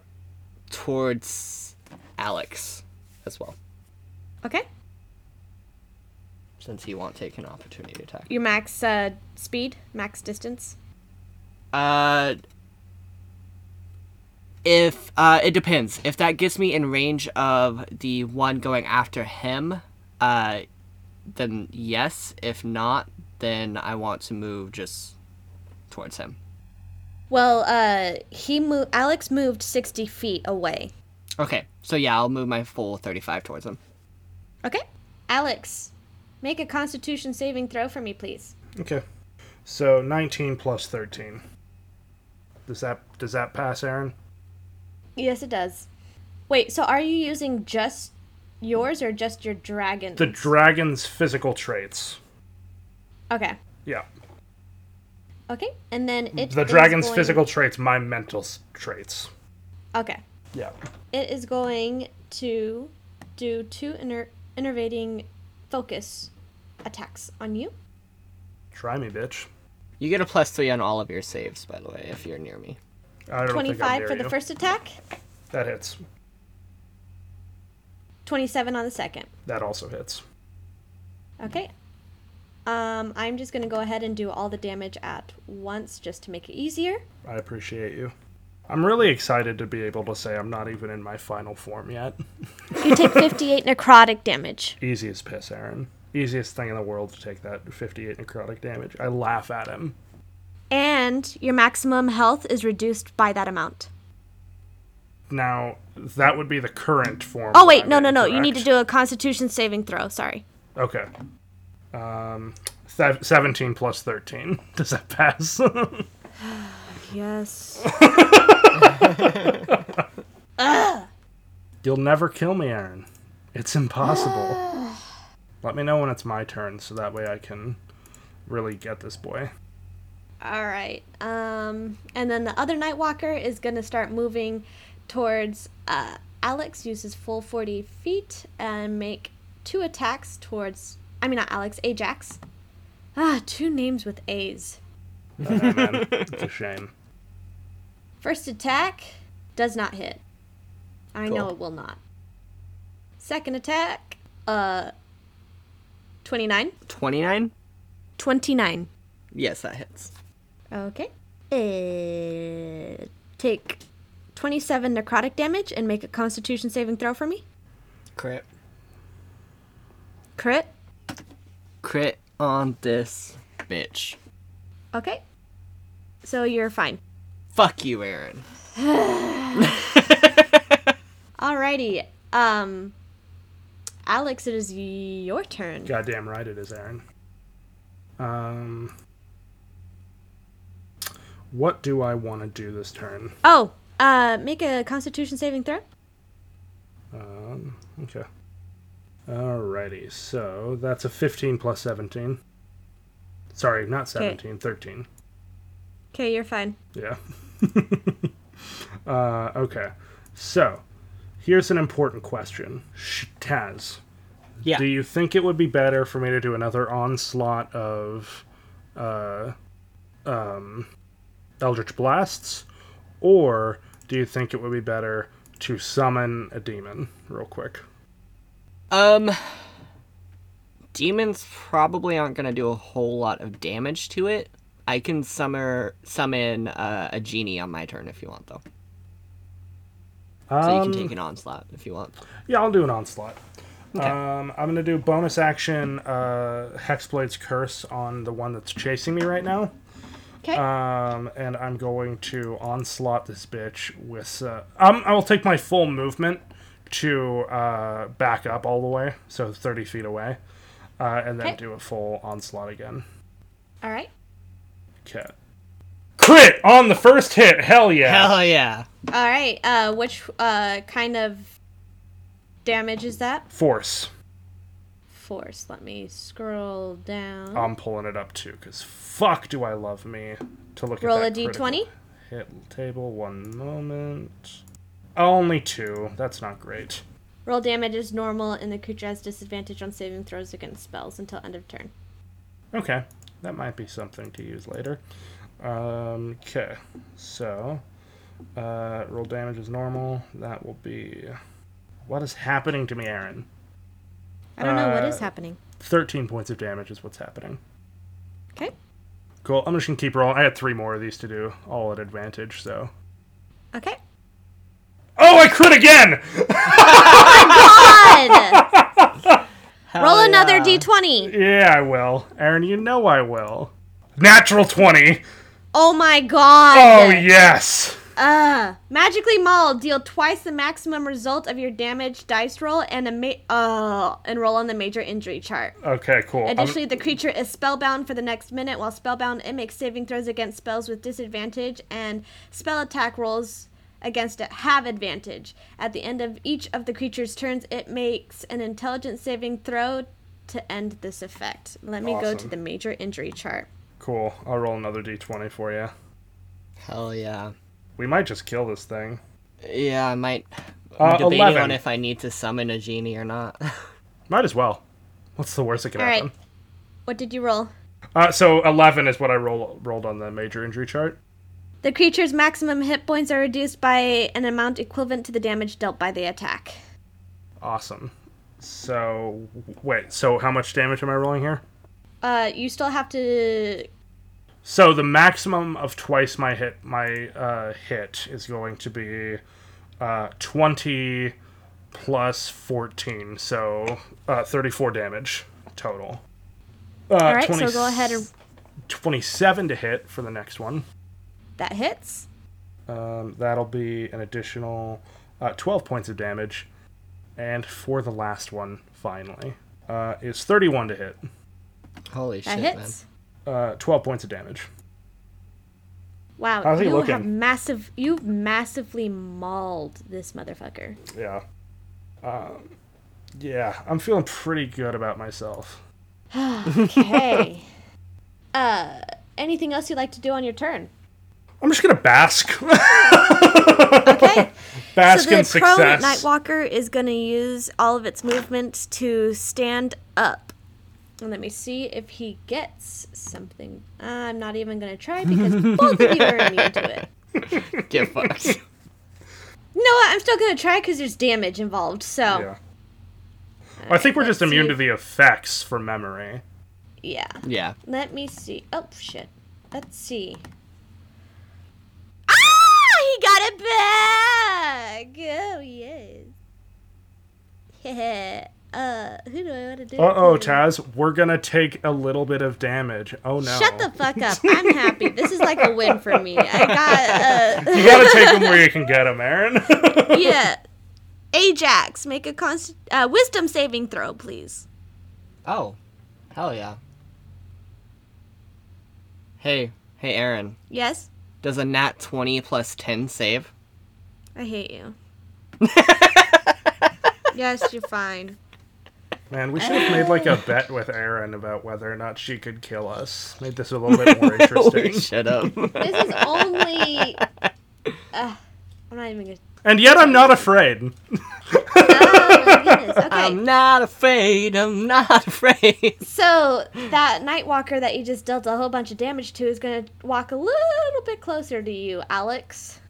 [SPEAKER 1] towards Alex as well,
[SPEAKER 4] Okay.
[SPEAKER 1] since he won't take an opportunity attack.
[SPEAKER 4] Your max, uh, speed, max distance.
[SPEAKER 1] Uh, if uh, it depends. If that gets me in range of the one going after him, uh, then yes. If not, then I want to move just towards him.
[SPEAKER 4] Well, uh, he moved, Alex moved 60 feet away.
[SPEAKER 1] Okay, so yeah, I'll move my full thirty-five towards him.
[SPEAKER 4] Okay. Alex, make a constitution saving throw for me, please.
[SPEAKER 2] Okay. So 19 plus 13. Does that does that pass, Aaron?
[SPEAKER 4] Yes, it does. Wait, so are you using just yours or just your dragon?
[SPEAKER 2] The dragon's physical traits.
[SPEAKER 4] okay.
[SPEAKER 2] Yeah.
[SPEAKER 4] Okay. And then it
[SPEAKER 2] The
[SPEAKER 4] is
[SPEAKER 2] dragon's
[SPEAKER 4] going-
[SPEAKER 2] physical traits, my mental s- traits.
[SPEAKER 4] Okay.
[SPEAKER 2] Yeah.
[SPEAKER 4] It is going to do two inner innervating focus attacks on you.
[SPEAKER 2] Try me, bitch.
[SPEAKER 1] You get a plus three on all of your saves, by the way, if you're near me.
[SPEAKER 2] I don't think I'm
[SPEAKER 4] 25
[SPEAKER 2] near
[SPEAKER 4] for the
[SPEAKER 2] you.
[SPEAKER 4] first attack,
[SPEAKER 2] That hits.
[SPEAKER 4] 27 on the second.
[SPEAKER 2] That also hits.
[SPEAKER 4] Okay. Um, I'm just going to go ahead and do all the damage at once just to make it easier.
[SPEAKER 2] I appreciate you. I'm really excited to be able to say I'm not even in my final form yet.
[SPEAKER 4] You
[SPEAKER 2] (laughs)
[SPEAKER 4] take 58 necrotic damage.
[SPEAKER 2] Easiest piss, Aaron. Easiest thing in the world to take that 58 necrotic damage. I laugh at him.
[SPEAKER 4] And your maximum health is reduced by that amount.
[SPEAKER 2] Now, that would be the current form.
[SPEAKER 4] Oh,
[SPEAKER 2] that
[SPEAKER 4] wait,
[SPEAKER 2] I'm
[SPEAKER 4] no, no,
[SPEAKER 2] in,
[SPEAKER 4] no. You need to
[SPEAKER 2] correct?
[SPEAKER 4] do a constitution saving throw. Sorry.
[SPEAKER 2] Okay. Um, se- 17 plus 13. (laughs) Does that pass? (laughs)
[SPEAKER 4] Yes.
[SPEAKER 2] You'll never kill me, Aaron. It's impossible. Let me know when it's my turn so that way I can really get this boy.
[SPEAKER 4] All right. Um, and then the other Nightwalker is going to start moving towards uh, Alex, use his full 40 feet, and make two attacks towards. I mean, not Alex, Ajax. Ah, two names with A's.
[SPEAKER 2] I know, man. it's a shame.
[SPEAKER 4] First attack does not hit. I know
[SPEAKER 1] Cool.
[SPEAKER 4] it will not. Second attack, uh, 29.
[SPEAKER 1] Twenty-nine.
[SPEAKER 4] 29.
[SPEAKER 1] Yes, that hits.
[SPEAKER 4] Okay. Uh, take 27 necrotic damage and make a constitution saving throw for me.
[SPEAKER 1] Crit.
[SPEAKER 4] Crit.
[SPEAKER 1] Crit on this bitch.
[SPEAKER 4] Okay. So you're fine.
[SPEAKER 1] Fuck you, Aaron.
[SPEAKER 4] Alrighty. Um, Alex, it is your turn.
[SPEAKER 2] Goddamn right it is, Aaron. Um, what do I want to do this turn?
[SPEAKER 4] Oh, uh, make a constitution saving throw.
[SPEAKER 2] Um, okay. Alrighty, so that's a 15 plus 17. Sorry, not 17, 13.
[SPEAKER 4] Okay, you're fine.
[SPEAKER 2] Yeah. (laughs) uh, okay, so here's an important question. Sh- Taz,
[SPEAKER 1] Yeah.
[SPEAKER 2] do you think it would be better for me to do another onslaught of uh, um, Eldritch Blasts, or do you think it would be better to summon a demon real quick?
[SPEAKER 1] Um, demons probably aren't gonna do a whole lot of damage to it. I can summer summon uh, a genie on my turn if you want, though. So you can take an onslaught if you want.
[SPEAKER 2] Yeah, I'll do an onslaught. Um, I'm gonna do bonus action uh, Hexblade's Curse on the one that's chasing me right now,
[SPEAKER 4] Okay.
[SPEAKER 2] um, and I'm going to onslaught this bitch with. Uh, um, I will take my full movement to uh, back up all the way, so 30 feet away, uh, and then
[SPEAKER 4] Okay.
[SPEAKER 2] do a full onslaught again.
[SPEAKER 4] All right.
[SPEAKER 2] Okay. Crit on the first hit. Hell yeah.
[SPEAKER 1] Hell yeah!
[SPEAKER 4] All right. Uh, which uh kind of damage is that?
[SPEAKER 2] Force.
[SPEAKER 4] Force. Let me scroll down.
[SPEAKER 2] I'm pulling it up too, cause fuck, do I love me to look
[SPEAKER 4] Roll a
[SPEAKER 2] at that critical
[SPEAKER 4] d20.
[SPEAKER 2] hit table. One moment. Only two. That's not great.
[SPEAKER 4] Roll damage is normal, and the creature has disadvantage on saving throws against spells until end of turn.
[SPEAKER 2] Okay, that might be something to use later. Um, okay, so uh, roll damage is normal. That will be. What is happening to me, Aaron?
[SPEAKER 4] I don't know what is
[SPEAKER 2] Uh,
[SPEAKER 4] happening.
[SPEAKER 2] 13 points of damage is what's happening.
[SPEAKER 4] Okay.
[SPEAKER 2] Cool. I'm just gonna keep rolling. I had three more of these to do, all at advantage, so.
[SPEAKER 4] Okay.
[SPEAKER 2] Oh, I crit again! (laughs)
[SPEAKER 4] Fun! Roll another
[SPEAKER 5] yeah.
[SPEAKER 4] d20.
[SPEAKER 2] Yeah, I will. Aaron, you know I will. Natural 20!
[SPEAKER 4] Oh my god.
[SPEAKER 2] Oh, yes!
[SPEAKER 4] Uh, magically maul. Deal twice the maximum result of your damage dice roll and a ma- uh, and roll on the major injury chart.
[SPEAKER 2] Okay, cool. I'm-
[SPEAKER 4] Additionally, the creature is spellbound for the next minute. While spellbound, it makes saving throws against spells with disadvantage, and spell attack rolls against it have advantage. At the end of each of the creature's turns, it makes an intelligence saving throw to end this effect. Let me go to
[SPEAKER 2] Awesome.
[SPEAKER 4] the major injury chart.
[SPEAKER 2] cool. I'll roll another d20 for you.
[SPEAKER 1] Hell yeah.
[SPEAKER 2] We might just kill this thing.
[SPEAKER 1] Yeah, I might.
[SPEAKER 2] Uh,
[SPEAKER 1] I'm debating
[SPEAKER 2] 11.
[SPEAKER 1] on if I need to summon a genie or not. (laughs)
[SPEAKER 2] Might as well. What's the worst that can
[SPEAKER 4] All right.
[SPEAKER 2] happen?
[SPEAKER 4] What did you roll?
[SPEAKER 2] Uh, so 11 is what I roll, rolled on the major injury chart.
[SPEAKER 4] The creature's maximum hit points are reduced by an amount equivalent to the damage dealt by the attack.
[SPEAKER 2] Awesome. So, wait, so how much damage am I rolling here?
[SPEAKER 4] Uh, you still have to.
[SPEAKER 2] So the maximum of twice my hit my uh, hit is going to be uh, twenty plus fourteen, so uh, thirty-four damage total. Uh,
[SPEAKER 4] All right, so go ahead and
[SPEAKER 2] twenty-seven to hit for the next one.
[SPEAKER 4] that hits.
[SPEAKER 2] Um, that'll be an additional uh, twelve points of damage, and for the last one, finally, uh, is thirty-one to hit.
[SPEAKER 1] Holy
[SPEAKER 4] That
[SPEAKER 1] shit,
[SPEAKER 4] hits.
[SPEAKER 1] (laughs)
[SPEAKER 2] Uh, twelve points of damage.
[SPEAKER 4] Wow,
[SPEAKER 2] How's he
[SPEAKER 4] you have
[SPEAKER 2] looking?
[SPEAKER 4] massive. You massively mauled this
[SPEAKER 2] (laughs)
[SPEAKER 4] motherfucker.
[SPEAKER 2] Yeah. Um, yeah, I'm feeling pretty good about myself.
[SPEAKER 4] Okay. uh, anything else you'd like to do on your turn?
[SPEAKER 2] I'm just gonna bask. (laughs)
[SPEAKER 4] Okay.
[SPEAKER 2] bask in
[SPEAKER 4] so the prone
[SPEAKER 2] success.
[SPEAKER 4] Nightwalker is going to use all of its movement to stand up. And let me see if he gets something. I'm not even going to try because both
[SPEAKER 2] (laughs)
[SPEAKER 4] of you are immune to it.
[SPEAKER 1] man. Get
[SPEAKER 4] (laughs)
[SPEAKER 1] fucked.
[SPEAKER 4] No, I'm still going to try because there's damage involved. So
[SPEAKER 2] yeah. I think we're
[SPEAKER 4] let's
[SPEAKER 2] just immune
[SPEAKER 4] see.
[SPEAKER 2] to the effects for memory.
[SPEAKER 4] yeah.
[SPEAKER 1] yeah.
[SPEAKER 4] Let me see. Oh shit. Let's see. Ah! He got it back. Oh yes. Yeah. (laughs) Uh, who do I want to do? it
[SPEAKER 2] Uh oh,
[SPEAKER 4] to?
[SPEAKER 2] Taz, we're gonna take a little bit of damage. Oh no.
[SPEAKER 4] Shut the fuck
[SPEAKER 2] (laughs)
[SPEAKER 4] up. I'm happy. This is like a win for me. I got uh
[SPEAKER 2] You gotta
[SPEAKER 4] (laughs)
[SPEAKER 2] take them where you can get them, Aaron. (laughs)
[SPEAKER 4] yeah. Ajax, make a const- uh, wisdom saving throw, please.
[SPEAKER 1] Oh. Hell yeah. Hey. Hey, Aaron.
[SPEAKER 4] Yes.
[SPEAKER 1] Does a nat 20 plus 10
[SPEAKER 2] (laughs)
[SPEAKER 1] save?
[SPEAKER 4] I hate you. yes, you're fine.
[SPEAKER 2] Man, we should have made like a bet with Aaron about whether or not she could kill us. Made this a little
[SPEAKER 4] (laughs)
[SPEAKER 2] bit
[SPEAKER 1] (laughs)
[SPEAKER 2] more interesting.
[SPEAKER 1] Shut up.
[SPEAKER 4] This is only. Uh, I'm not even gonna.
[SPEAKER 2] and yet I'm not
[SPEAKER 4] (laughs)
[SPEAKER 2] afraid.
[SPEAKER 4] Oh my (laughs) goodness. Okay.
[SPEAKER 1] (laughs) I'm not afraid. I'm not afraid.
[SPEAKER 4] so that Nightwalker that you just dealt a whole bunch of damage to is gonna walk a little bit closer to you, Alex.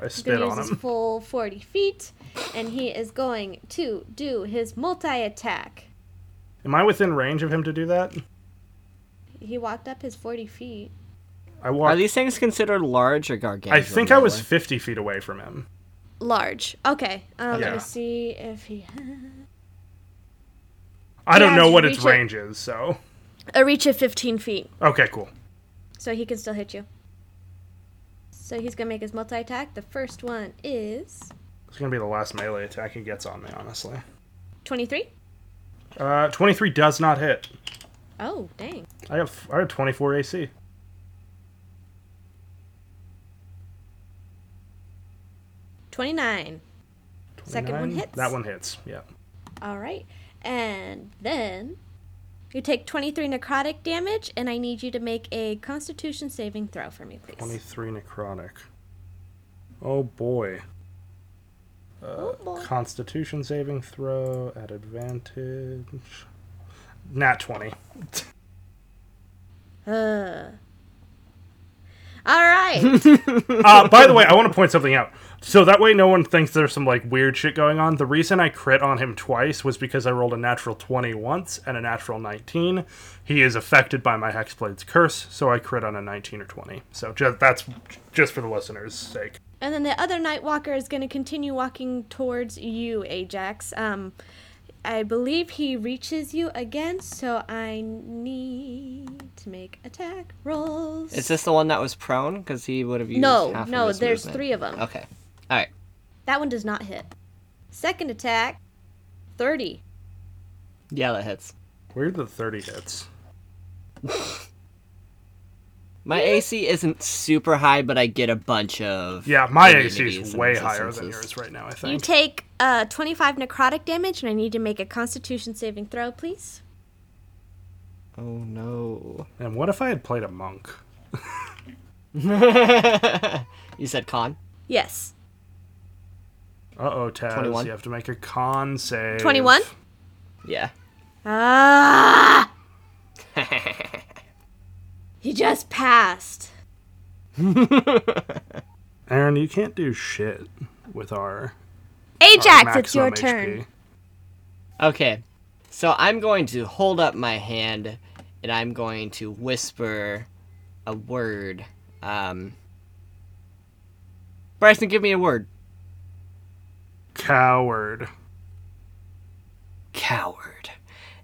[SPEAKER 2] I
[SPEAKER 4] He's
[SPEAKER 2] spit
[SPEAKER 4] gonna
[SPEAKER 2] on
[SPEAKER 4] use his
[SPEAKER 2] him.
[SPEAKER 4] full 40 feet, and he is going to do his multi attack.
[SPEAKER 2] Am I within range of him to do that?
[SPEAKER 4] He walked up his 40 feet.
[SPEAKER 2] I
[SPEAKER 1] Are
[SPEAKER 2] walked.
[SPEAKER 1] these things considered large or gargantuan?
[SPEAKER 2] I think I was
[SPEAKER 1] Nolan?
[SPEAKER 2] 50 feet away from him.
[SPEAKER 4] Large. Okay. Um, Let
[SPEAKER 2] Yeah.
[SPEAKER 4] me see if he.
[SPEAKER 2] I don't
[SPEAKER 4] Yeah,
[SPEAKER 2] know
[SPEAKER 4] just
[SPEAKER 2] what its
[SPEAKER 4] reach it.
[SPEAKER 2] range is, so.
[SPEAKER 4] A reach of 15 feet.
[SPEAKER 2] Okay, cool.
[SPEAKER 4] So he can still hit you. So he's gonna make his multi attack. The first one is
[SPEAKER 2] It's going to be the last melee attack he gets on me, honestly.
[SPEAKER 4] 23.
[SPEAKER 2] Uh, 23 does not hit.
[SPEAKER 4] Oh, dang.
[SPEAKER 2] I have I have 24 AC.
[SPEAKER 4] Twenty-nine. Second one
[SPEAKER 2] 29?
[SPEAKER 4] hits.
[SPEAKER 2] That one hits, yeah.
[SPEAKER 4] All right. And then You take 23 necrotic damage, and I need you to make a constitution saving throw for me, please.
[SPEAKER 2] 23 necrotic. Oh boy.
[SPEAKER 4] Oh, boy.
[SPEAKER 2] Constitution saving throw at advantage. Nat 20.
[SPEAKER 4] Ugh. All right.
[SPEAKER 2] (laughs) Uh, by the way, I want to point something out. So that way, no one thinks there's some like weird shit going on. The reason I crit on him twice was because I rolled a natural 20 once and a natural 19. He is affected by my Hexblade's curse, so I crit on a 19 or 20. So ju- that's just for the listeners' sake.
[SPEAKER 4] And then the other Nightwalker is going to continue walking towards you, Ajax. Um, I believe he reaches you again, so I need to make attack rolls.
[SPEAKER 1] Is this the one that was prone? Because he would have used
[SPEAKER 4] no,
[SPEAKER 1] half of
[SPEAKER 4] no,
[SPEAKER 1] his
[SPEAKER 4] there's
[SPEAKER 1] movement. Oh.
[SPEAKER 4] three of them.
[SPEAKER 1] Okay. All right.
[SPEAKER 4] That one does not hit. Second attack, 30.
[SPEAKER 1] Yeah, that hits.
[SPEAKER 2] Weird that 30 hits.
[SPEAKER 1] My AC isn't super high, but I get a bunch of.
[SPEAKER 2] Yeah, my AC
[SPEAKER 1] immunities
[SPEAKER 2] is
[SPEAKER 1] and
[SPEAKER 2] way higher than
[SPEAKER 1] resistances.
[SPEAKER 2] yours right now, I
[SPEAKER 4] You
[SPEAKER 2] think.
[SPEAKER 4] take uh, 25 necrotic damage, and I need to make a constitution saving throw, please.
[SPEAKER 1] Oh no. (laughs)
[SPEAKER 2] and what if I had played a monk?
[SPEAKER 1] You said con?
[SPEAKER 4] Yes.
[SPEAKER 2] Uh oh, Taz.
[SPEAKER 1] 21.
[SPEAKER 2] You have to make a con save.
[SPEAKER 4] 21?
[SPEAKER 1] Yeah.
[SPEAKER 4] Ah! he just passed.
[SPEAKER 2] Aaron, you can't do shit with our.
[SPEAKER 4] Ajax, it's
[SPEAKER 2] maximum
[SPEAKER 4] your
[SPEAKER 2] HP.
[SPEAKER 4] turn.
[SPEAKER 1] (laughs) Okay. So I'm going to hold up my hand and I'm going to whisper a word. Um, Bryson, give me a word.
[SPEAKER 2] Coward.
[SPEAKER 1] Coward.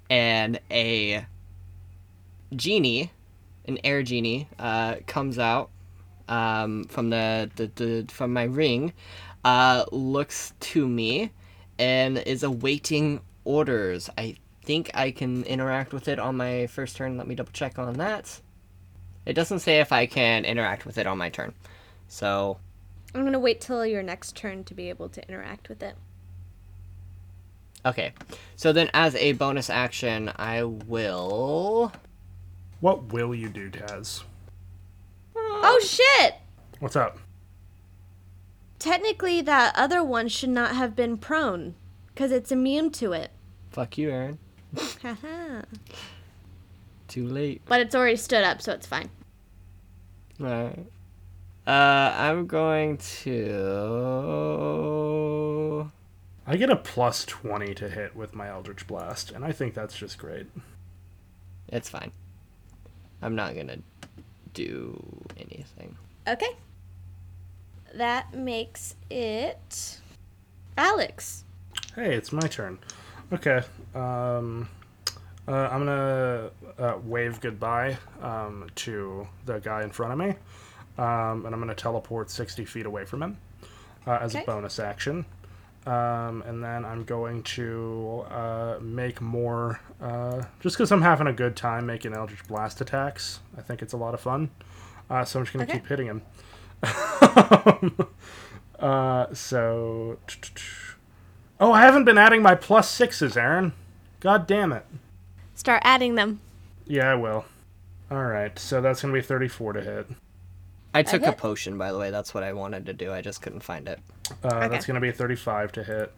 [SPEAKER 1] And a genie, an air genie, uh, comes out um, from the, the, the from my ring, uh, looks to me, and is awaiting orders. I think I can interact with it on my first turn. Let me double check on that. It doesn't say if I can interact with it on my turn. So
[SPEAKER 4] I'm gonna wait till your next turn to be able to interact with it.
[SPEAKER 1] okay. So then, as a bonus action, I will.
[SPEAKER 2] What will you do, Taz?
[SPEAKER 4] Oh shit!
[SPEAKER 2] What's up?
[SPEAKER 4] Technically, that other one should not have been prone, because it's immune to it.
[SPEAKER 1] Fuck you, Aaron.
[SPEAKER 4] Haha.
[SPEAKER 1] Too late.
[SPEAKER 4] but it's already stood up, so it's fine.
[SPEAKER 1] Alright. Uh, I'm going to.
[SPEAKER 2] I get a plus 20 to hit with my Eldritch Blast, and I think that's just great.
[SPEAKER 1] It's fine. I'm not gonna do anything.
[SPEAKER 4] Okay. That makes it. Alex.
[SPEAKER 2] Hey, it's my turn. Okay. Um, uh, I'm gonna uh, wave goodbye um, to the guy in front of me, um, and I'm gonna teleport 60 feet away from him uh, as
[SPEAKER 4] Okay.
[SPEAKER 2] a bonus action. Um, and then I'm going to uh, make more, uh, just because I'm having a good time making Eldritch Blast attacks. I think it's a lot of fun. Uh, so I'm just gonna
[SPEAKER 4] Okay.
[SPEAKER 2] keep hitting him. (laughs) uh, so. Oh, I haven't been adding my plus sixes, Aaron. God damn it.
[SPEAKER 4] Start adding them.
[SPEAKER 2] Yeah, I will. All right, so that's gonna be 34 to hit.
[SPEAKER 1] I took a
[SPEAKER 4] hit.
[SPEAKER 1] potion, by the way. That's what I wanted to do. I just couldn't find it.
[SPEAKER 2] Uh, That's gonna be 35 to hit.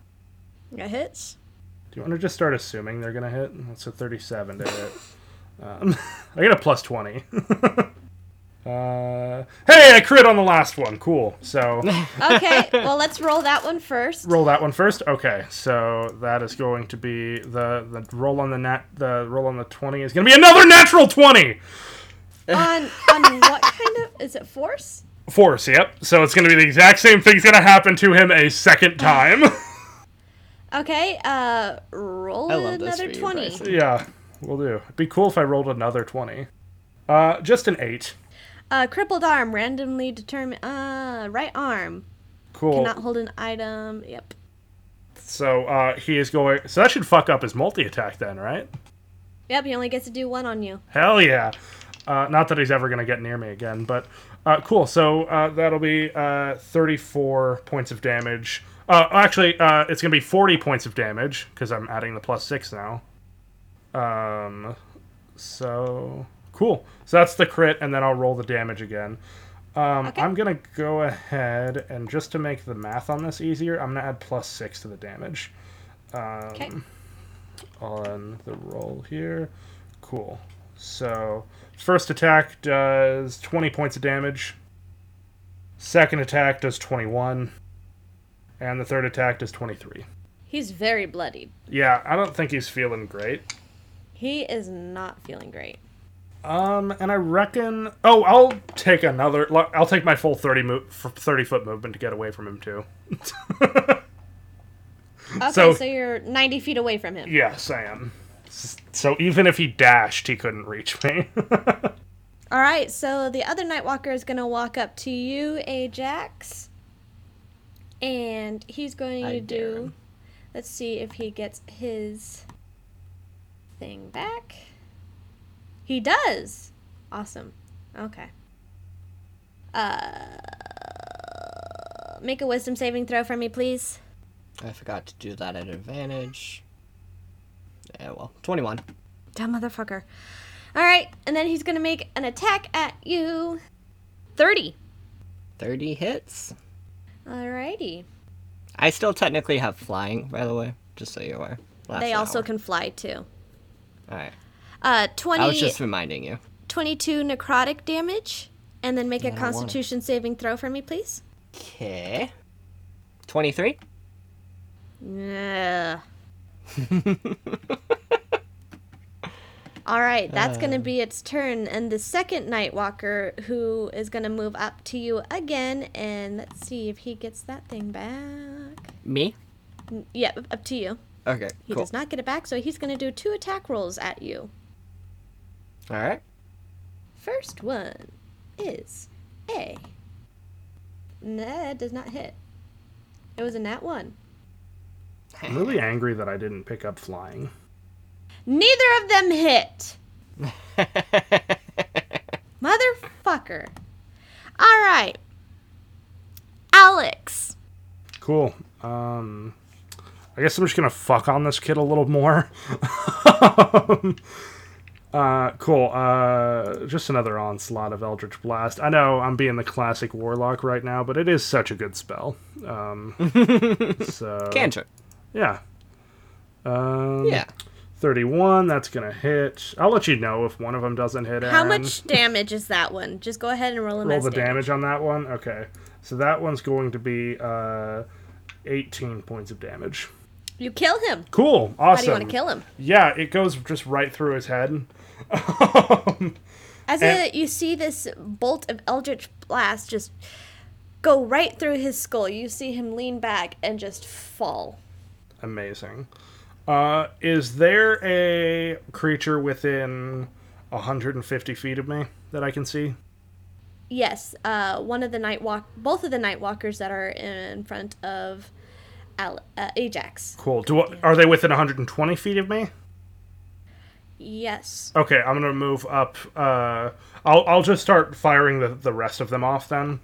[SPEAKER 4] That hits.
[SPEAKER 2] Do you want to just start assuming they're gonna hit? That's a 37 to hit. Um, (laughs) I get a plus 20. (laughs) uh, hey, I crit on the last one. Cool. So
[SPEAKER 1] (laughs)
[SPEAKER 4] Okay, well, let's roll that one first.
[SPEAKER 2] roll that one first. Okay, so that is going to be the the roll on the nat the roll on the 20 is gonna be another natural 20.
[SPEAKER 4] on
[SPEAKER 1] (laughs)
[SPEAKER 4] on what kind of is it force?
[SPEAKER 2] Force, yep. So it's gonna be the exact same thing's gonna happen to him a second time. (laughs)
[SPEAKER 4] Okay, uh, roll
[SPEAKER 1] I love this
[SPEAKER 4] another
[SPEAKER 1] for you,
[SPEAKER 4] twenty.
[SPEAKER 1] Bryson.
[SPEAKER 2] yeah, we'll do. It'd be cool if I rolled another twenty. Uh, just an eight.
[SPEAKER 4] Uh, crippled arm, randomly determined. Uh, right arm
[SPEAKER 2] Cool.
[SPEAKER 4] cannot hold an item. Yep.
[SPEAKER 2] So uh, he is going. So that should fuck up his multi attack then, right?
[SPEAKER 4] Yep, he only gets to do one on you.
[SPEAKER 2] Hell yeah. Uh, not that he's ever gonna get near me again, but uh, cool. So uh, that'll be uh, thirty-four points of damage. Uh, actually, uh, it's gonna be forty points of damage because I'm adding the plus six now. Um, So cool. So that's the crit, and then I'll roll the damage again. Um,
[SPEAKER 4] Okay.
[SPEAKER 2] I'm gonna go ahead and just to make the math on this easier, I'm gonna add plus six to the damage Um,
[SPEAKER 4] Okay.
[SPEAKER 2] on the roll here. Cool. So first attack does 20 points of damage. Second attack does 21, and the third attack does 23.
[SPEAKER 4] He's very bloodied.
[SPEAKER 2] Yeah, I don't think he's feeling great.
[SPEAKER 4] He is not feeling great.
[SPEAKER 2] Um, and I reckon. Oh, I'll take another. look, I'll take my full thirty mo- f- thirty foot movement to get away from him too. (laughs)
[SPEAKER 4] Okay,
[SPEAKER 2] So-
[SPEAKER 4] so, you're 90 feet away from him.
[SPEAKER 2] yes, I am. S- So even if he dashed, he couldn't reach me. (laughs)
[SPEAKER 4] All right, so the other Nightwalker is going to walk up to you, Ajax. And he's going
[SPEAKER 1] I
[SPEAKER 4] to
[SPEAKER 1] dare
[SPEAKER 4] do.
[SPEAKER 1] him.
[SPEAKER 4] Let's see if he gets his thing back. He does! Awesome. Okay. Uh, make a wisdom saving throw for me, please.
[SPEAKER 1] I forgot to do that at advantage. Yeah, well, 21.
[SPEAKER 4] Dumb motherfucker. All right, and then he's going to make an attack at you. 30.
[SPEAKER 1] 30 hits.
[SPEAKER 4] Alrighty.
[SPEAKER 1] I still technically have flying, by the way, just so you're aware. Lasts
[SPEAKER 4] They
[SPEAKER 1] an
[SPEAKER 4] also
[SPEAKER 1] hour.
[SPEAKER 4] can fly too.
[SPEAKER 1] Alright.
[SPEAKER 4] Uh,
[SPEAKER 1] I
[SPEAKER 4] 20,
[SPEAKER 1] was just reminding you.
[SPEAKER 4] 22 necrotic damage, and then make a
[SPEAKER 1] don't want it.
[SPEAKER 4] constitution saving throw for me, please.
[SPEAKER 1] Okay. 23?
[SPEAKER 4] Yeah. All right, that's going to
[SPEAKER 1] Uh.
[SPEAKER 4] be its turn. And the second Nightwalker, who is going to move up to you again, and let's see if he gets that thing back.
[SPEAKER 1] Me?
[SPEAKER 4] Yeah, up to you.
[SPEAKER 1] Okay,
[SPEAKER 4] He
[SPEAKER 1] cool.
[SPEAKER 4] does not get it back, so he's going to do two attack rolls at you. (laughs)
[SPEAKER 1] Alright.
[SPEAKER 4] First one is a. That does not hit. It was a nat one.
[SPEAKER 2] I'm really angry that I didn't pick up flying.
[SPEAKER 4] Neither of them hit. Motherfucker. All right. Alex.
[SPEAKER 2] Cool. Um, I guess I'm just gonna fuck on this kid a little more. (laughs) uh, cool. Uh, just another onslaught of Eldritch Blast. I know I'm being the classic warlock right now, but it is such a good spell.
[SPEAKER 4] (laughs)
[SPEAKER 2] Um, so
[SPEAKER 1] Cantrip.
[SPEAKER 2] yeah. Um,
[SPEAKER 1] Yeah.
[SPEAKER 2] 31. That's gonna hit. I'll let you know if one of them doesn't hit.
[SPEAKER 4] How
[SPEAKER 2] Aaron.
[SPEAKER 4] much damage is that one? Just go ahead and roll him
[SPEAKER 2] Roll
[SPEAKER 4] as
[SPEAKER 2] the damage on that one. Okay. So that one's going to be uh, 18 points of damage.
[SPEAKER 4] You kill him.
[SPEAKER 2] Cool. Awesome.
[SPEAKER 4] How do you want to kill him?
[SPEAKER 2] Yeah, it goes just right through his head. Um,
[SPEAKER 4] As
[SPEAKER 2] And-
[SPEAKER 4] a, you see this bolt of eldritch blast just go right through his skull, you see him lean back and just fall.
[SPEAKER 2] Amazing. Uh, is there a creature within 150 feet of me that I can see?
[SPEAKER 4] Yes, uh, one of the night walk, both of the night walkers that are in front of Al- uh, Ajax.
[SPEAKER 2] Cool. Do I, are they within 120 feet of me?
[SPEAKER 4] Yes.
[SPEAKER 2] Okay, I'm gonna move up. Uh, I'll I'll just start firing the, the rest of them off then.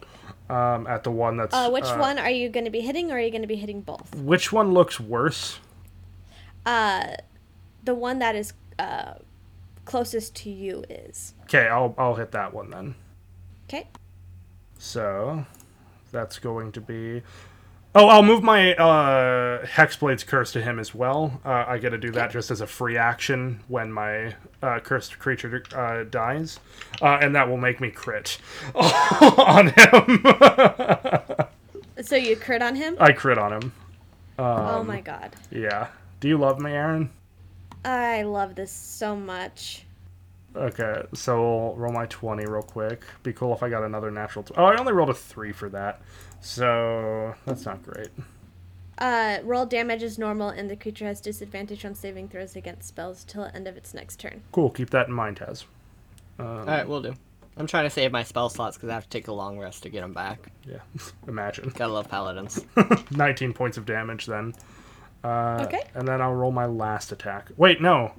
[SPEAKER 2] Um, at the one that's
[SPEAKER 4] Uh, which one are you going to be hitting, or are you going to be hitting both?
[SPEAKER 2] which one looks worse?
[SPEAKER 4] The one that is uh, closest to you is
[SPEAKER 2] Okay, I'll I'll hit that one then.
[SPEAKER 4] okay.
[SPEAKER 2] So that's going to be. Oh, I'll move my uh, Hexblade's Curse to him as well. Uh, I get to do that just as a free action when my uh, cursed creature uh, dies, uh, and that will make me crit (laughs) on him. (laughs)
[SPEAKER 4] So you crit on him.
[SPEAKER 2] I crit on him.
[SPEAKER 4] oh
[SPEAKER 2] Um,
[SPEAKER 4] my god,
[SPEAKER 2] Yeah. Do you love me, Aaron?
[SPEAKER 4] I love this so much.
[SPEAKER 2] Okay, so we'll roll my 20 real quick. Be cool if I got another natural. Tw- oh, I only rolled a 3 for that. So that's not great.
[SPEAKER 4] Uh, roll damage is normal, and the creature has disadvantage on saving throws against spells till the end of its next turn.
[SPEAKER 2] Cool, keep that in mind, Taz.
[SPEAKER 4] um.
[SPEAKER 1] Alright, we'll do. I'm trying to save my spell slots because I have to take a long rest to get them back.
[SPEAKER 2] Yeah, (laughs) imagine.
[SPEAKER 1] Gotta love
[SPEAKER 4] (laughs)
[SPEAKER 1] paladins. (laughs)
[SPEAKER 2] 19 points of damage then. Uh,
[SPEAKER 4] okay.
[SPEAKER 2] And then I'll roll my last attack. Wait, no.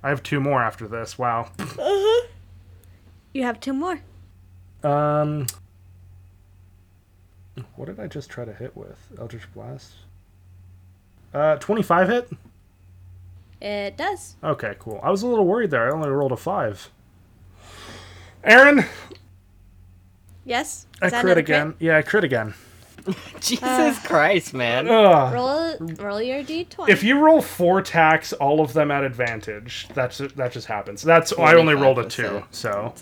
[SPEAKER 2] I have two more after this. Wow.
[SPEAKER 4] You have two more.
[SPEAKER 2] Um What did I just try to hit with? Eldritch Blast? Uh 25 hit?
[SPEAKER 4] It does.
[SPEAKER 2] Okay, cool. I was a little worried there. I only rolled a five. Aaron,
[SPEAKER 4] Yes.
[SPEAKER 2] I
[SPEAKER 4] Is that
[SPEAKER 2] crit
[SPEAKER 4] another
[SPEAKER 2] again. Yeah, I crit again.
[SPEAKER 1] Jesus
[SPEAKER 4] Uh.
[SPEAKER 1] Christ, man.
[SPEAKER 2] Ugh.
[SPEAKER 4] Roll roll your d20.
[SPEAKER 2] If you roll four tacks, all of them at advantage. That's that just happens. That's I only rolled a two,
[SPEAKER 1] 25%.
[SPEAKER 2] so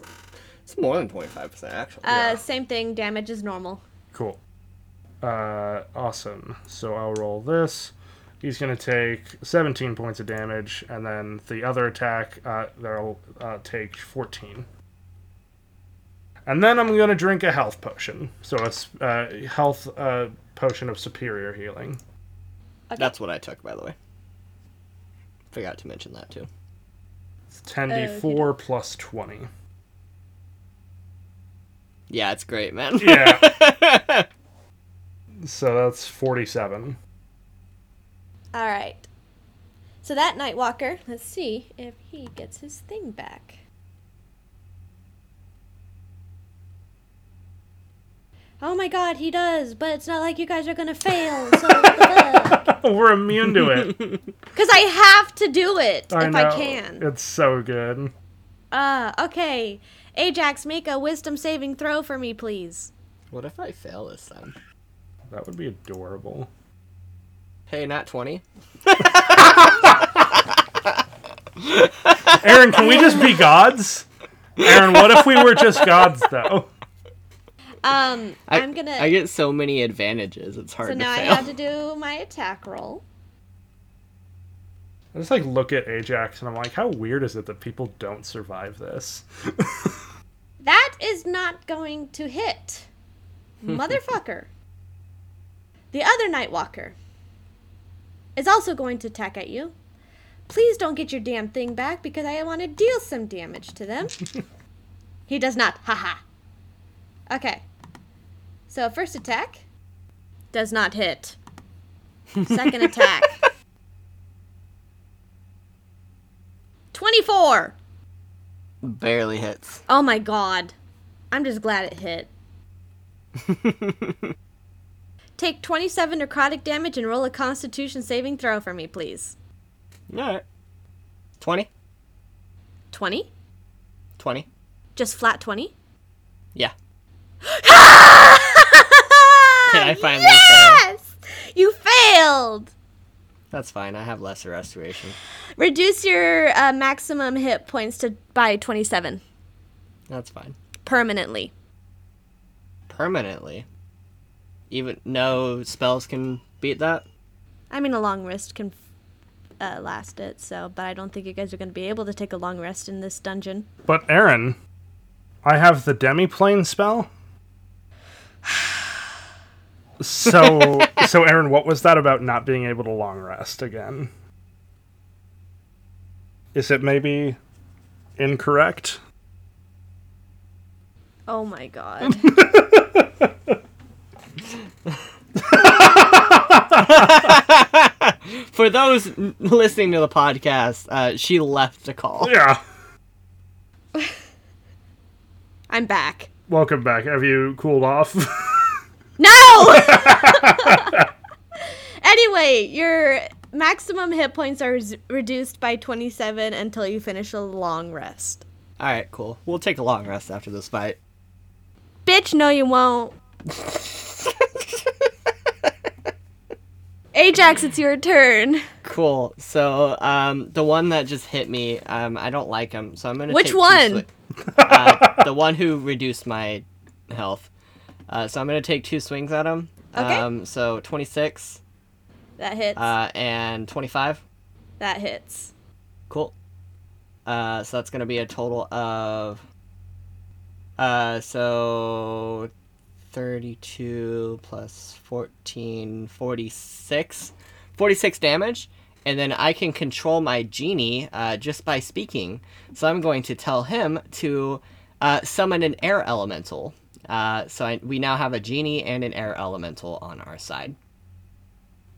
[SPEAKER 1] It's more than 25%, actually.
[SPEAKER 4] uh, Same thing. Damage is normal.
[SPEAKER 2] cool. Uh, awesome. So I'll roll this. He's gonna take 17 points of damage, and then the other attack, uh, they'll uh, take 14. And then I'm gonna drink a health potion. So it's uh, health uh, potion of superior healing.
[SPEAKER 1] That's what I took, by the way. Forgot to mention that, too.
[SPEAKER 2] It's 10d4 plus 20.
[SPEAKER 1] Yeah, it's great, man.
[SPEAKER 2] Yeah. so that's 47.
[SPEAKER 4] All right. So that Nightwalker, let's see if he gets his thing back. Oh my god, he does, but it's not like you guys are gonna fail.
[SPEAKER 2] (laughs)
[SPEAKER 4] So
[SPEAKER 2] (laughs) We're immune to it.
[SPEAKER 4] Because I have to do it
[SPEAKER 2] I
[SPEAKER 4] if
[SPEAKER 2] know.
[SPEAKER 4] I can.
[SPEAKER 2] It's so good.
[SPEAKER 4] Uh, okay. Ajax, make a wisdom saving throw for me, please.
[SPEAKER 1] (laughs) What if I fail this time?
[SPEAKER 2] That would be adorable.
[SPEAKER 1] Hey, not 20.
[SPEAKER 2] Aaron, can we just be gods? Aaron, what if we were just gods, though?
[SPEAKER 4] Um, I, am gonna.
[SPEAKER 1] I get so many advantages, it's hard
[SPEAKER 4] so
[SPEAKER 1] to
[SPEAKER 4] now I
[SPEAKER 1] fail.
[SPEAKER 4] have to do my attack roll.
[SPEAKER 2] I just like look at Ajax and I'm like, how weird is it that people don't survive this?
[SPEAKER 4] That is not going to hit. Motherfucker. The other Nightwalker is also going to attack at you. Please don't get your damn thing back because I want to deal some damage to them. he does not. Haha. Okay. So, first attack does not hit. Second attack 24.
[SPEAKER 1] (laughs) Barely hits.
[SPEAKER 4] Oh my god. I'm just glad it
[SPEAKER 1] (laughs)
[SPEAKER 4] hit. Take 27 necrotic damage and roll a constitution saving throw for me, please.
[SPEAKER 1] Alright. 20?
[SPEAKER 4] 20?
[SPEAKER 1] 20.
[SPEAKER 4] Just flat 20?
[SPEAKER 1] (laughs) Yeah. Can
[SPEAKER 4] Can
[SPEAKER 1] I finally fail?
[SPEAKER 4] Yes! You failed!
[SPEAKER 1] That's fine. I have lesser restoration.
[SPEAKER 4] Reduce your uh, maximum hit points to by 27
[SPEAKER 1] That's fine.
[SPEAKER 4] permanently.
[SPEAKER 1] Permanently. Even no spells can beat that.
[SPEAKER 4] I mean, a long rest can uh, last it, so, but I don't think you guys are going to be able to take a long rest in this dungeon.
[SPEAKER 2] But Aaron, I have the demiplane spell. So, so Aaron, what was that about not being able to long rest again? Is it maybe incorrect?
[SPEAKER 4] Oh
[SPEAKER 1] (laughs)
[SPEAKER 4] my god.
[SPEAKER 1] For those n- listening to the podcast, uh, she left a
[SPEAKER 2] (laughs)
[SPEAKER 1] call.
[SPEAKER 2] Yeah.
[SPEAKER 4] I'm back.
[SPEAKER 2] Welcome back. Have you cooled off? (laughs)
[SPEAKER 4] No! anyway, your maximum hit points are z- reduced by 27 until you finish a long rest.
[SPEAKER 1] All right, cool. We'll take a long rest after this fight.
[SPEAKER 4] Bitch, no, you won't. Ajax, it's your turn.
[SPEAKER 1] Cool. So, um, the one that just hit me, um, I don't like him, so I'm gonna.
[SPEAKER 4] Which
[SPEAKER 1] take two
[SPEAKER 4] one?
[SPEAKER 1] sli- uh, the one who reduced my health. Uh, so I'm gonna take two swings at him.
[SPEAKER 4] Okay.
[SPEAKER 1] Um, so 26
[SPEAKER 4] That hits.
[SPEAKER 1] uh, and 25.
[SPEAKER 4] that hits.
[SPEAKER 1] Cool. Uh, so that's gonna be a total of. Uh, so. 32 plus 14, 46. 46 damage. And then I can control my genie uh, just by speaking. So I'm going to tell him to uh, summon an air elemental. Uh, so I, we now have a genie and an air elemental on our side.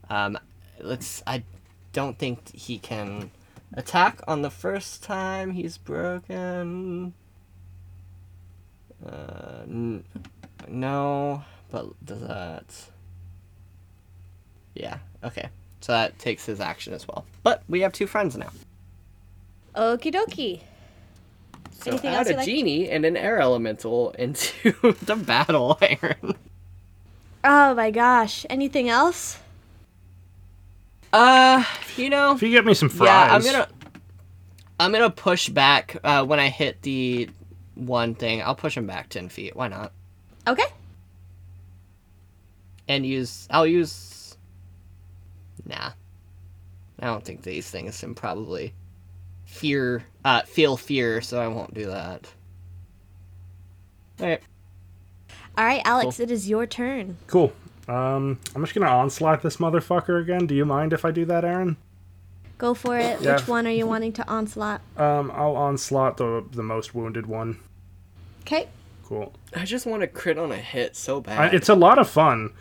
[SPEAKER 1] Um, let's. I don't think he can attack on the first time. He's broken. Uh, n- no, but does that? Yeah. Okay. So that takes his action as well. But we have two friends now.
[SPEAKER 4] Okie dokie.
[SPEAKER 1] So
[SPEAKER 4] Anything
[SPEAKER 1] add
[SPEAKER 4] else
[SPEAKER 1] a
[SPEAKER 4] you'd like-
[SPEAKER 1] genie and an air elemental (laughs) into the battle, Aaron.
[SPEAKER 4] Oh my gosh. Anything else?
[SPEAKER 1] Uh, you know,
[SPEAKER 2] If you get me some fries,
[SPEAKER 1] yeah, I'm gonna, I'm gonna push back uh, when I hit the one thing. I'll push him back ten feet. Why not?
[SPEAKER 4] Okay.
[SPEAKER 1] And use, I'll use. Nah, I don't think these things can probably fear, uh, feel fear. So I won't do that. All right.
[SPEAKER 4] All right, Alex, it is your turn.
[SPEAKER 2] cool. Um, I'm just gonna onslaught this motherfucker again. Do you mind if I do that, Aaron?
[SPEAKER 4] Go for it.
[SPEAKER 2] Yeah.
[SPEAKER 4] Which one are you wanting to onslaught?
[SPEAKER 2] Um, I'll onslaught the the most wounded one.
[SPEAKER 4] Okay.
[SPEAKER 2] Cool.
[SPEAKER 1] I just want to crit on a hit so bad.
[SPEAKER 2] I, it's a lot of fun.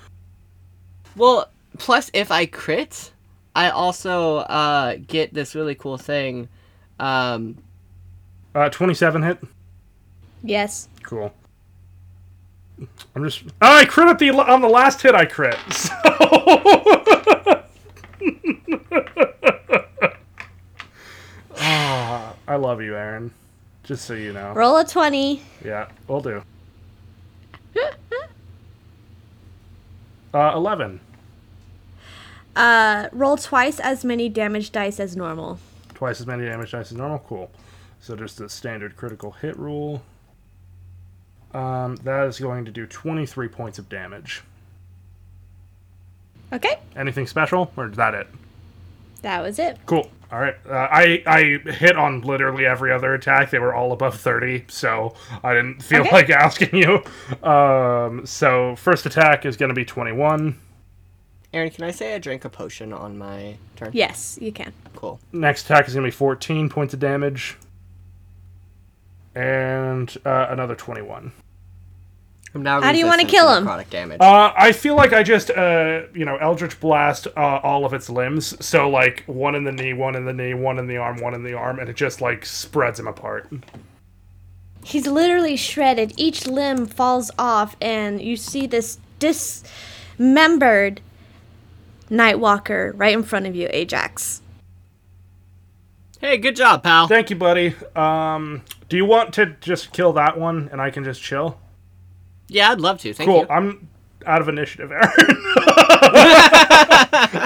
[SPEAKER 1] Well, plus if I crit, I also uh, get this really cool thing. Um,
[SPEAKER 2] Uh, 27 hit.
[SPEAKER 4] Yes.
[SPEAKER 2] Cool. I'm just. Oh, I crit at the on the last hit. I crit. (laughs) So. Ah, I love you, Aaron. Just so you know.
[SPEAKER 4] Roll a 20.
[SPEAKER 2] Yeah, we'll do. Uh, 11
[SPEAKER 4] Uh, roll twice as many damage dice as normal.
[SPEAKER 2] twice as many damage dice as normal. Cool. So just the standard critical hit rule. Um, that is going to do 23 points of damage.
[SPEAKER 4] Okay.
[SPEAKER 2] Anything special, or is that it?
[SPEAKER 4] That was it.
[SPEAKER 2] Cool. All right. Uh, I I hit on literally every other attack. They were all above 30, so I didn't feel
[SPEAKER 4] Okay.
[SPEAKER 2] like asking you. Um, so first attack is going to be 21.
[SPEAKER 1] Aaron, can I say I drank a potion on my turn?
[SPEAKER 4] Yes, you can.
[SPEAKER 1] Cool.
[SPEAKER 2] Next attack is going to be 14 points of damage. And uh, another 21.
[SPEAKER 1] I'm now
[SPEAKER 4] How do you wanna
[SPEAKER 1] resistant
[SPEAKER 4] kill
[SPEAKER 1] to
[SPEAKER 4] him?
[SPEAKER 1] Necrotic damage.
[SPEAKER 2] Uh, I feel like I just, uh, you know, Eldritch Blast uh, all of its limbs. So, like, one in the knee, one in the knee, one in the arm, one in the arm, and it just, like, spreads them apart.
[SPEAKER 4] He's literally shredded. Each limb falls off, and you see this dismembered Nightwalker right in front of you, Ajax.
[SPEAKER 1] hey, good job, pal.
[SPEAKER 2] Thank you, buddy. Um, do you want to just kill that one and I can just chill?
[SPEAKER 1] Yeah, I'd love to. Thank
[SPEAKER 2] Cool.
[SPEAKER 1] you.
[SPEAKER 2] I'm out of initiative, Aaron. (laughs)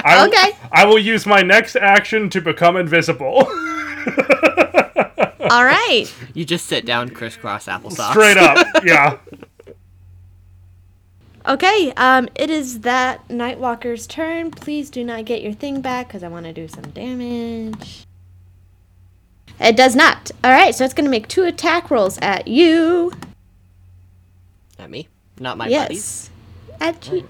[SPEAKER 2] I,
[SPEAKER 4] Okay.
[SPEAKER 2] I will use my next action to become invisible. (laughs)
[SPEAKER 4] All right.
[SPEAKER 1] You just sit down, crisscross applesauce.
[SPEAKER 2] Straight up. Yeah.
[SPEAKER 4] Okay, um, it is that Nightwalker's turn. Please do not get your thing back because I want to do some damage. It does not. All right, so it's going to make two attack rolls at you.
[SPEAKER 1] At me, not my buddies.
[SPEAKER 4] yes. At you.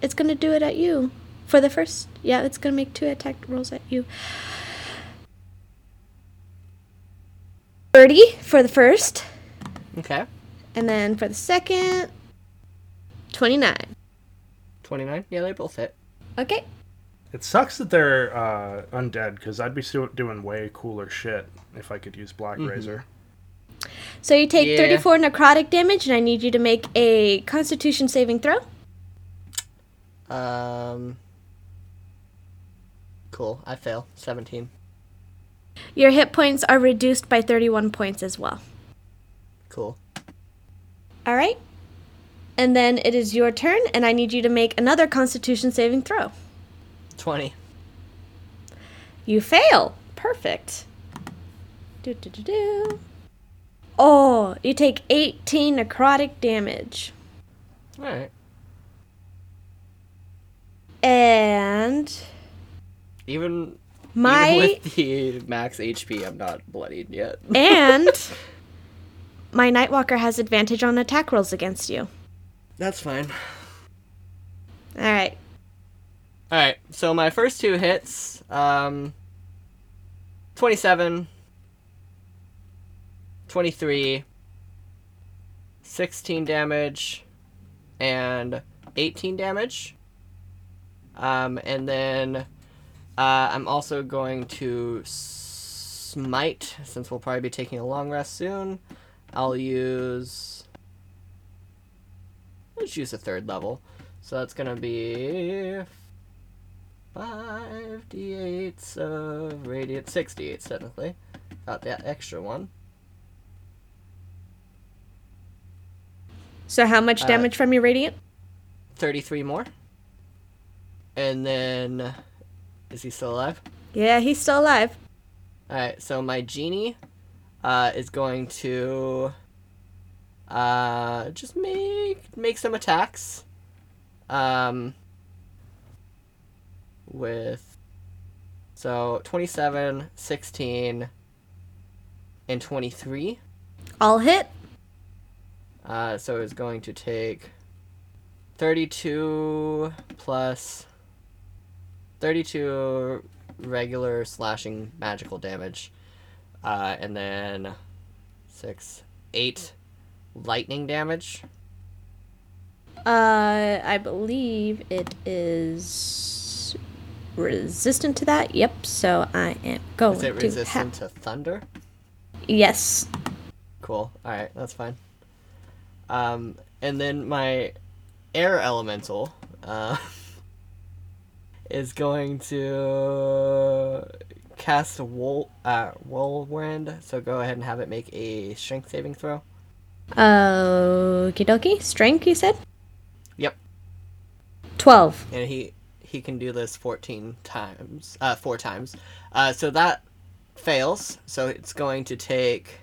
[SPEAKER 4] It's going to do it at you. For the first. Yeah, it's going to make two attack rolls at you. 30 for the first,
[SPEAKER 1] Okay.
[SPEAKER 4] and then for the second, 29.
[SPEAKER 1] Twenty-nine. Yeah, they both hit.
[SPEAKER 4] Okay.
[SPEAKER 2] It sucks that they're uh, undead because I'd be so- doing way cooler shit if I could use Black Razor.
[SPEAKER 4] So you take
[SPEAKER 1] Yeah.
[SPEAKER 4] 34 necrotic damage, and I need you to make a Constitution saving throw.
[SPEAKER 1] Um. Cool. I fail. Seventeen.
[SPEAKER 4] Your hit points are reduced by 31 points as well.
[SPEAKER 1] Cool.
[SPEAKER 4] All right. And then it is your turn, and I need you to make another Constitution saving throw.
[SPEAKER 1] Twenty.
[SPEAKER 4] You fail. Perfect. Do do do do. Oh, you take 18 necrotic damage,
[SPEAKER 1] All right.
[SPEAKER 4] and
[SPEAKER 1] Even
[SPEAKER 4] my
[SPEAKER 1] Even with the max HP, I'm not bloodied yet.
[SPEAKER 4] (laughs) and my Nightwalker has advantage on attack rolls against you.
[SPEAKER 1] That's fine.
[SPEAKER 4] All right.
[SPEAKER 1] All right, so my first two hits, um, 27, 23, 16 damage, and 18 damage. Um, and then uh, I'm also going to smite, since we'll probably be taking a long rest soon. I'll use. Let's use a third level. So that's gonna be five d8s of radiant, six d8s technically. Got that extra one.
[SPEAKER 4] So how
[SPEAKER 1] Uh,
[SPEAKER 4] much damage from your radiant?
[SPEAKER 1] 33 more. And then. Is he still alive?
[SPEAKER 4] Yeah, he's still alive.
[SPEAKER 1] Alright, so my genie uh, is going to. Uh, just make make some attacks. Um, with. So 27, 16, and 23.
[SPEAKER 4] All hit.
[SPEAKER 1] Uh, so it's going to take 32 plus 32 regular slashing magical damage. Uh, and then 6, 8 lightning damage.
[SPEAKER 4] Uh, I believe it is resistant to that. Yep. So I am going
[SPEAKER 1] Is it
[SPEAKER 4] to Oh, ha-
[SPEAKER 1] resistant to thunder?
[SPEAKER 4] yes.
[SPEAKER 1] Cool. Alright, that's fine. Um, and then my air elemental uh, (laughs) is going to cast Wol- uh, Whirlwind, so go ahead and have it make a strength saving throw.
[SPEAKER 4] Okie dokie. Strength, you said?
[SPEAKER 1] Yep.
[SPEAKER 4] Twelve.
[SPEAKER 1] and he he can do this 14 times uh four times uh so that fails so it's going to take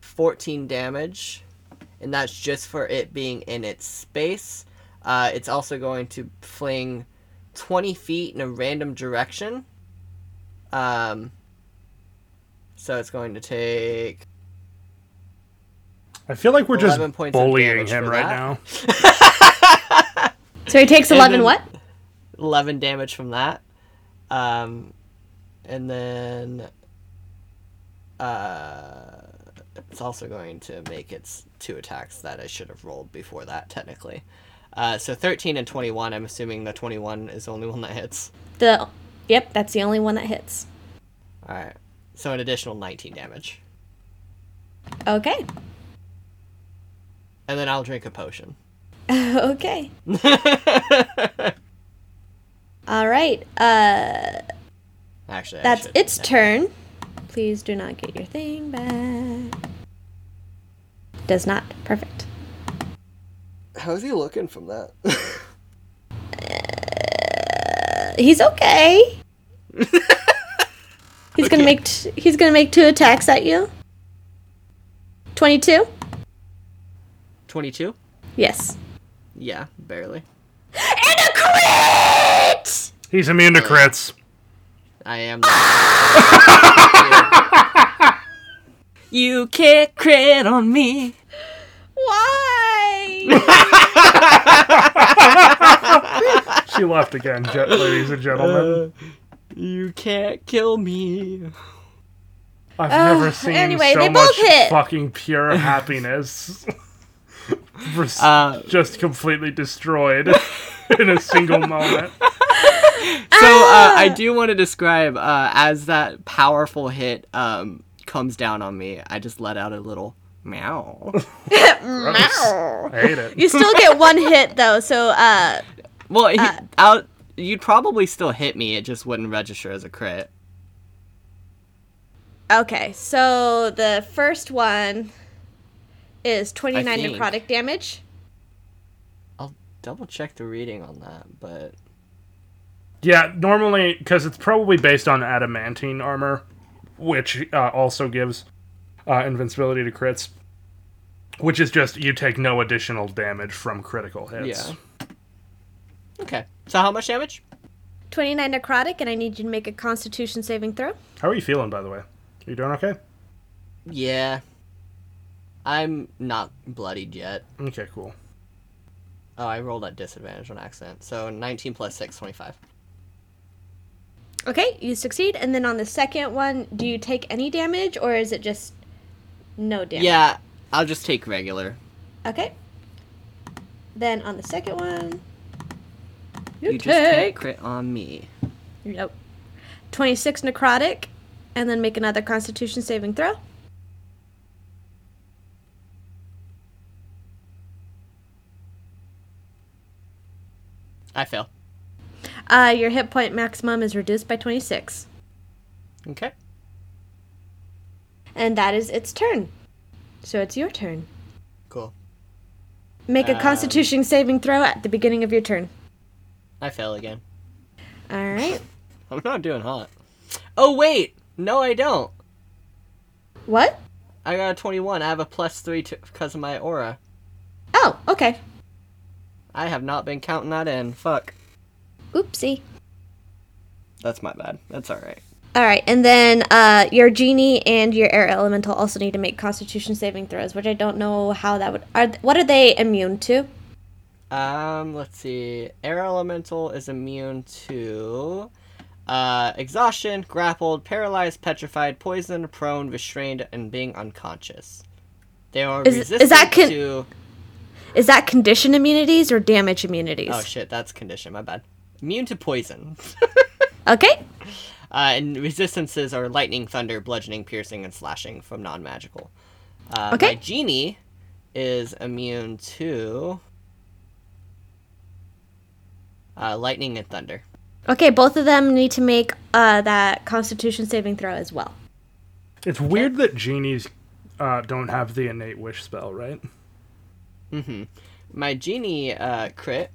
[SPEAKER 1] 14 damage and that's just for it being in its space uh it's also going to fling 20 feet in a random direction um so it's going to take
[SPEAKER 2] I feel like we're just
[SPEAKER 1] 11 points of
[SPEAKER 2] bullying
[SPEAKER 1] damage
[SPEAKER 2] him
[SPEAKER 1] for
[SPEAKER 2] right
[SPEAKER 1] that.
[SPEAKER 2] now.
[SPEAKER 4] So he takes eleven.
[SPEAKER 1] then-
[SPEAKER 4] what?
[SPEAKER 1] 11 damage from that. Um, and then uh, it's also going to make its two attacks that I should have rolled before that, technically. Uh, so 13 and 21. I'm assuming the 21 is the only one that hits.
[SPEAKER 4] The yep. That's the only one that hits.
[SPEAKER 1] All right. So an additional 19 damage.
[SPEAKER 4] Okay. (laughs)
[SPEAKER 1] And then I'll drink a potion.
[SPEAKER 4] Okay. All right. Uh,
[SPEAKER 1] Actually, I
[SPEAKER 4] that's
[SPEAKER 1] should-
[SPEAKER 4] its turn. Please do not get your thing back. Does not. Perfect.
[SPEAKER 1] How's he looking from that? (laughs)
[SPEAKER 4] Uh, He's okay. he's gonna make t- he's gonna make two attacks at you. Twenty two.
[SPEAKER 1] 22?
[SPEAKER 4] Yes.
[SPEAKER 1] Yeah, barely.
[SPEAKER 4] And a crit.
[SPEAKER 2] He's immune to crits.
[SPEAKER 1] I
[SPEAKER 4] (laughs)
[SPEAKER 1] am. the-
[SPEAKER 5] You can't crit on me.
[SPEAKER 4] Why?
[SPEAKER 2] She left again,
[SPEAKER 1] (laughs)
[SPEAKER 2] ge- ladies and gentlemen.
[SPEAKER 1] you can't kill me.
[SPEAKER 2] I've never seen
[SPEAKER 4] anyway,
[SPEAKER 2] so
[SPEAKER 4] they both
[SPEAKER 2] much
[SPEAKER 4] hit.
[SPEAKER 2] fucking
[SPEAKER 1] (laughs)
[SPEAKER 2] pure happiness. (laughs) Res-
[SPEAKER 1] Uh,
[SPEAKER 2] just completely destroyed (laughs) in a
[SPEAKER 1] (laughs)
[SPEAKER 2] single moment.
[SPEAKER 1] So uh, I do want to describe uh, as that powerful hit um, comes down on me, I just let out a little (laughs) meow.
[SPEAKER 2] Gross. I hate it.
[SPEAKER 4] you still get one hit though, so uh,
[SPEAKER 1] well, he, out you'd probably still hit me. It just wouldn't register as a crit.
[SPEAKER 4] Okay, so the first one is 29
[SPEAKER 1] think.
[SPEAKER 4] necrotic damage.
[SPEAKER 1] I'll double check the reading on that, but
[SPEAKER 2] Yeah, normally because it's probably based on adamantine armor, which uh, also gives uh, invincibility to crits, which is just you take no additional damage from critical hits.
[SPEAKER 1] yeah. Okay. So how much damage?
[SPEAKER 4] 29 necrotic, and I need you to make a constitution saving throw.
[SPEAKER 2] How are you feeling, by the way? you doing okay?
[SPEAKER 1] Yeah. I'm not bloodied yet.
[SPEAKER 2] Okay, cool.
[SPEAKER 1] Oh, I rolled at disadvantage on accident. So 19 plus 6, 25.
[SPEAKER 4] Okay, you succeed, and then on the second one, do you take any damage or is it just no damage?
[SPEAKER 1] Yeah, I'll just take regular.
[SPEAKER 4] Okay. Then on the second one, you,
[SPEAKER 1] You just can't
[SPEAKER 4] take.
[SPEAKER 1] crit on me.
[SPEAKER 4] Nope. 26 necrotic, and then make another constitution saving throw.
[SPEAKER 1] I fail.
[SPEAKER 4] Uh, your hit point maximum is reduced by 26.
[SPEAKER 1] Okay.
[SPEAKER 4] And that is its turn. So it's your turn.
[SPEAKER 1] Cool.
[SPEAKER 4] Make a constitution saving throw at the beginning of your turn.
[SPEAKER 1] I fail again.
[SPEAKER 4] All right.
[SPEAKER 1] I'm not doing hot. Oh wait, no, I don't.
[SPEAKER 4] What?
[SPEAKER 1] I got a 21. I have a plus three because of my aura.
[SPEAKER 4] Oh, okay.
[SPEAKER 1] I have not been counting that in. Fuck.
[SPEAKER 4] Oopsie.
[SPEAKER 1] That's my bad. That's all right.
[SPEAKER 4] All right, and then uh, your genie and your air elemental also need to make Constitution saving throws, which I don't know how that would. Are th- what are they immune to?
[SPEAKER 1] Um, let's see. Air elemental is immune to uh, exhaustion, grappled, paralyzed, petrified, poisoned, prone, restrained, and being unconscious. They are
[SPEAKER 4] Is- is
[SPEAKER 1] resistant
[SPEAKER 4] that con-
[SPEAKER 1] to.
[SPEAKER 4] Is that condition immunities or damage immunities?
[SPEAKER 1] Oh shit, that's condition. My bad. Immune to poison. (laughs)
[SPEAKER 4] okay.
[SPEAKER 1] Uh, and resistances are lightning, thunder, bludgeoning, piercing, and slashing from non magical. Uh,
[SPEAKER 4] Okay.
[SPEAKER 1] My genie is immune to uh, lightning and thunder.
[SPEAKER 4] Okay, both of them need to make uh, that Constitution saving throw as well.
[SPEAKER 2] It's weird that genies uh, don't have the innate wish spell, right?
[SPEAKER 1] Mm-hmm. My genie uh, crit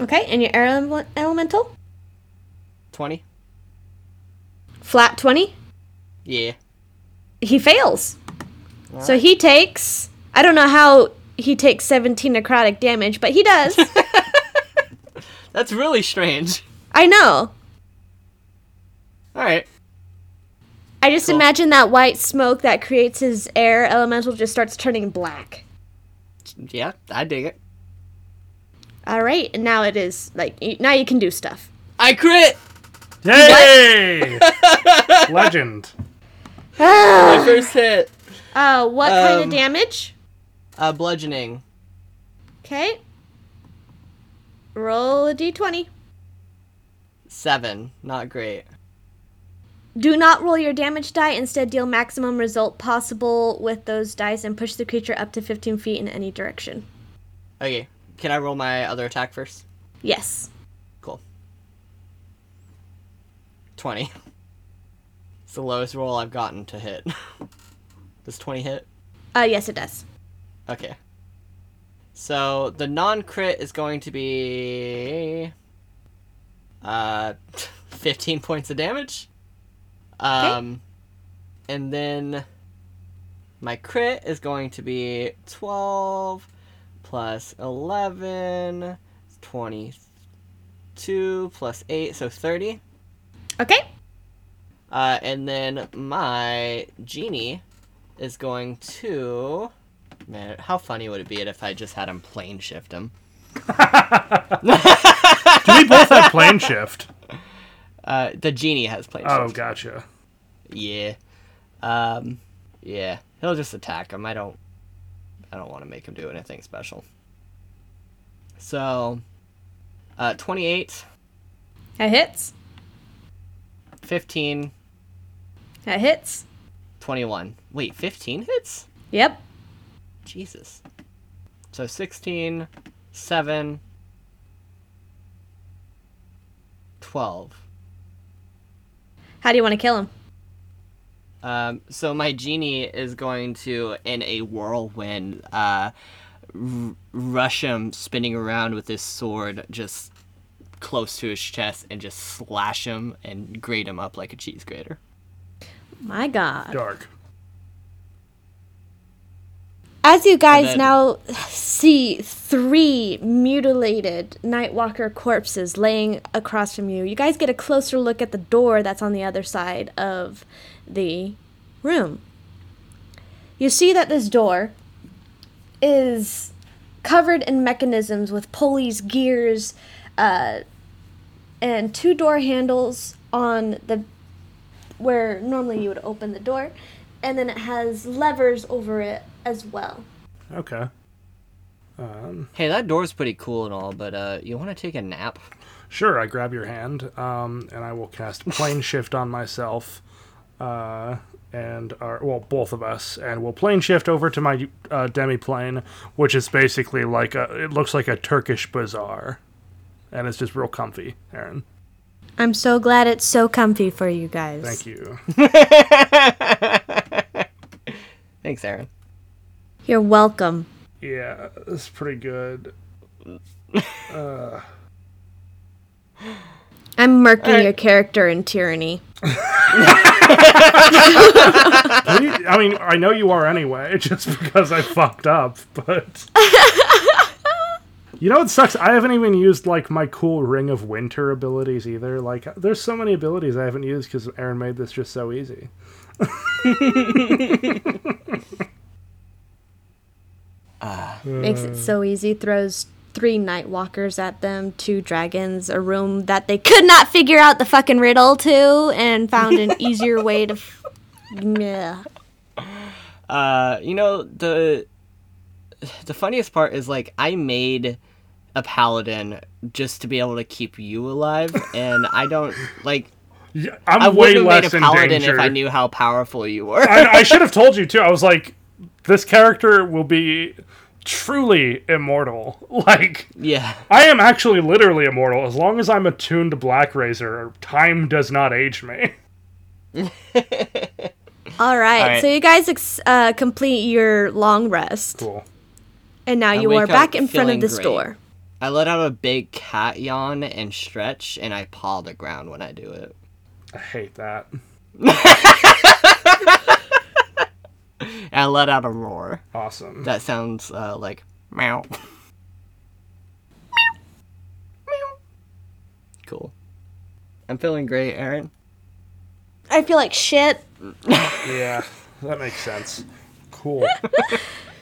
[SPEAKER 4] Okay, and your air ele- elemental?
[SPEAKER 1] 20.
[SPEAKER 4] Flat 20?
[SPEAKER 1] Yeah.
[SPEAKER 4] He fails. So he takes. I don't know how he takes 17 necrotic damage, but he does.
[SPEAKER 1] That's really strange. (laughs)
[SPEAKER 4] I know.
[SPEAKER 1] All right.
[SPEAKER 4] I just imagine that white smoke that creates his air elemental just starts turning black.
[SPEAKER 1] Yeah, I dig it.
[SPEAKER 4] All right, and now it is like y- now you can do stuff.
[SPEAKER 1] I crit!
[SPEAKER 2] Hey! Legend.
[SPEAKER 1] My first hit.
[SPEAKER 4] Uh, what kind
[SPEAKER 1] Um,
[SPEAKER 4] of damage?
[SPEAKER 1] Uh, bludgeoning.
[SPEAKER 4] Okay. Roll a d20.
[SPEAKER 1] Seven. Not great.
[SPEAKER 4] Do not roll your damage die. Instead, deal maximum result possible with those dice and push the creature up to 15 feet in any direction.
[SPEAKER 1] Okay. Can I roll my other attack first?
[SPEAKER 4] Yes.
[SPEAKER 1] Cool. 20. (laughs) It's the lowest roll I've gotten to hit. (laughs) Does 20 hit?
[SPEAKER 4] Uh, yes, it does.
[SPEAKER 1] Okay. So the non crit is going to be. Uh, (laughs) 15 points of damage. Um, and then my crit is going to be 12 plus 11, 22 plus 8, so 30.
[SPEAKER 4] Okay.
[SPEAKER 1] Uh, and then my genie is going to. Man, how funny would it be if I just had him plane shift him?
[SPEAKER 2] Do we both have plane shift?
[SPEAKER 1] Uh, the genie has plane
[SPEAKER 2] Oh,
[SPEAKER 1] shift.
[SPEAKER 2] gotcha.
[SPEAKER 1] Yeah. Um, yeah. He'll just attack him. I don't. I don't want to make him do anything special. So, uh, 28,
[SPEAKER 4] That hits.
[SPEAKER 1] 15,
[SPEAKER 4] That hits.
[SPEAKER 1] 21. Wait, 15 hits?
[SPEAKER 4] Yep.
[SPEAKER 1] Jesus. So 16, 7, 12.
[SPEAKER 4] How do you want to kill him?
[SPEAKER 1] Um, so my genie is going to, in a whirlwind, uh, r- rush him spinning around with his sword just close to his chest and just slash him and grate him up like a cheese grater.
[SPEAKER 4] My God.
[SPEAKER 2] Dark.
[SPEAKER 4] As you guys
[SPEAKER 1] then-
[SPEAKER 4] now see three mutilated Nightwalker corpses laying across from you, you guys get a closer look at the door that's on the other side of the room. You see that this door is covered in mechanisms with pulleys, gears, uh, and two door handles on the where normally you would open the door, and then it has levers over it as well.
[SPEAKER 2] Okay.
[SPEAKER 1] Hey, that door's pretty cool and all, but uh, you want to take a nap?
[SPEAKER 2] Sure, I grab your hand, um, and I will cast plane shift on myself, uh, and our well, both of us, and we'll plane shift over to my uh, demi plane, which is basically like a, it looks like a Turkish bazaar, and it's just real comfy, Aaron.
[SPEAKER 4] I'm so glad it's so comfy for you guys.
[SPEAKER 2] Thank you.
[SPEAKER 1] Thanks, Aaron.
[SPEAKER 4] You're welcome.
[SPEAKER 2] Yeah, it's pretty good.
[SPEAKER 4] I'm murking your character in tyranny.
[SPEAKER 2] Please- I mean, I know you are anyway, (laughs) just because I fucked up, but. You know what sucks? I haven't even used like my cool Ring of Winter abilities either. Like, there's so many abilities I haven't used because Aaron made this just so easy.
[SPEAKER 4] Makes
[SPEAKER 2] Mm.
[SPEAKER 4] it so easy. Throws three Nightwalkers at them, two dragons, a room that they could not figure out the fucking riddle to, and found an
[SPEAKER 2] (laughs)
[SPEAKER 4] easier way to. F- yeah.
[SPEAKER 1] Uh, you know the the funniest part is like I made a paladin just to be able to keep you
[SPEAKER 2] (laughs)
[SPEAKER 1] alive, and I don't like.
[SPEAKER 2] Yeah, I'm
[SPEAKER 1] I
[SPEAKER 2] way
[SPEAKER 1] would have made a
[SPEAKER 2] less in
[SPEAKER 1] paladin
[SPEAKER 2] danger.
[SPEAKER 1] if I knew how powerful you were. (laughs)
[SPEAKER 2] I, I should have told you too. I was like, this character will be truly immortal. (laughs) Like,
[SPEAKER 1] yeah.
[SPEAKER 2] I am actually literally immortal as long as I'm attuned to Black Razor. Time does not age me. (laughs)
[SPEAKER 4] All right.
[SPEAKER 1] right.
[SPEAKER 4] So you guys ex- uh, complete your long rest,
[SPEAKER 2] Cool.
[SPEAKER 4] and now you
[SPEAKER 1] wake
[SPEAKER 4] are
[SPEAKER 1] up
[SPEAKER 4] back in front
[SPEAKER 1] feeling
[SPEAKER 4] of the
[SPEAKER 1] great.
[SPEAKER 4] store.
[SPEAKER 1] I let out a big cat yawn and stretch, and I paw the ground when I do it.
[SPEAKER 2] I hate that.
[SPEAKER 1] And I let out a roar.
[SPEAKER 2] Awesome.
[SPEAKER 1] That sounds uh, like meow. (laughs) meow. Meow. Cool. I'm feeling great, Aaron.
[SPEAKER 4] I feel like shit.
[SPEAKER 2] Yeah, (laughs) that makes sense.
[SPEAKER 4] (laughs)
[SPEAKER 2] Cool.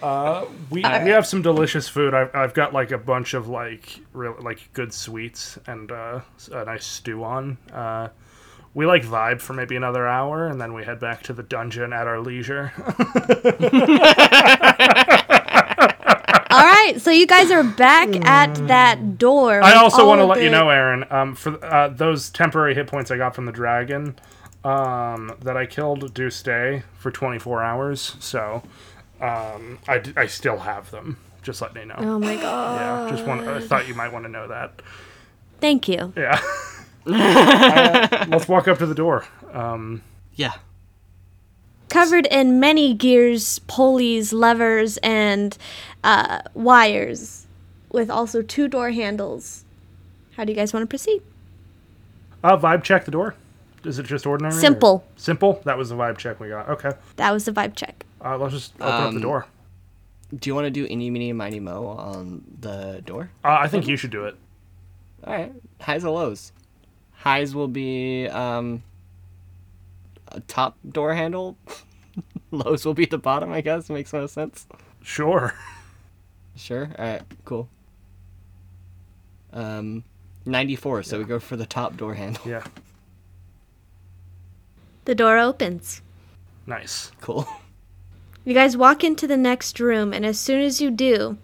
[SPEAKER 2] Uh, we, we have some delicious food. I've, I've got like a bunch of like real like good sweets and uh, s- a nice stew on. Uh, we like vibe for maybe another hour, and then we head back to the dungeon at our leisure. (laughs)
[SPEAKER 4] All right, so you guys are back at that door.
[SPEAKER 2] Mm. I
[SPEAKER 4] with
[SPEAKER 2] also
[SPEAKER 4] all
[SPEAKER 2] want to
[SPEAKER 4] of
[SPEAKER 2] let you
[SPEAKER 4] the-
[SPEAKER 2] know, Aaron, um, for uh, those temporary hit points I got from the dragon um, that I killed do stay for 24 hours. So um, I, d- I still have them. Just letting you know.
[SPEAKER 4] Oh my god!
[SPEAKER 2] Yeah, just want. I thought you might want to know that.
[SPEAKER 4] Thank you.
[SPEAKER 2] Yeah. Uh, let's walk up to the door. Um,
[SPEAKER 1] Yeah.
[SPEAKER 4] Covered in many gears, pulleys, levers, and uh, wires, with also two door handles. How do you guys want to proceed?
[SPEAKER 2] uh, vibe check the door. Is it just ordinary? or-
[SPEAKER 4] Simple.
[SPEAKER 2] Simple. That was the vibe check we got. Okay.
[SPEAKER 4] That was the vibe check.
[SPEAKER 2] Uh, let's just open up the
[SPEAKER 1] Um,
[SPEAKER 2] door.
[SPEAKER 1] Do you want to do any meeny miny mo on the door?
[SPEAKER 2] Uh, I think you should do it.
[SPEAKER 1] All right. Highs or lows? Highs will be um, a top door handle. (laughs) lows will be the bottom, I guess. Makes no sense.
[SPEAKER 2] Sure.
[SPEAKER 1] Sure. All right. Cool. Um, 94. So we go for the top door handle. (laughs)
[SPEAKER 2] (laughs) Yeah.
[SPEAKER 4] The door opens.
[SPEAKER 2] Nice.
[SPEAKER 1] Cool.
[SPEAKER 4] You guys walk into the next room, and as soon as you do,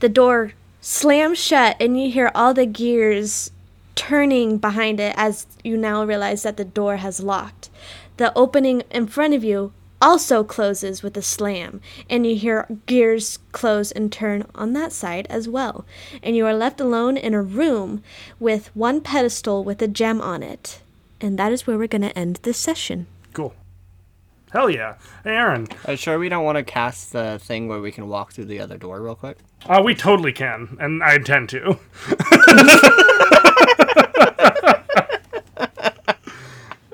[SPEAKER 4] the door slams shut, and you hear all the gears turning behind it as you now realize that the door has locked. The opening in front of you also closes with a slam, and you hear gears close and turn on that side as well. And you are left alone in a room with one pedestal with a gem on it. And that is where we're going to end this session.
[SPEAKER 2] Cool. Hell yeah. Hey, Aaron.
[SPEAKER 1] Are you Uh, sure we don't want to cast the thing where we can walk through the other door real quick?
[SPEAKER 2] Uh, we totally can, and I intend to.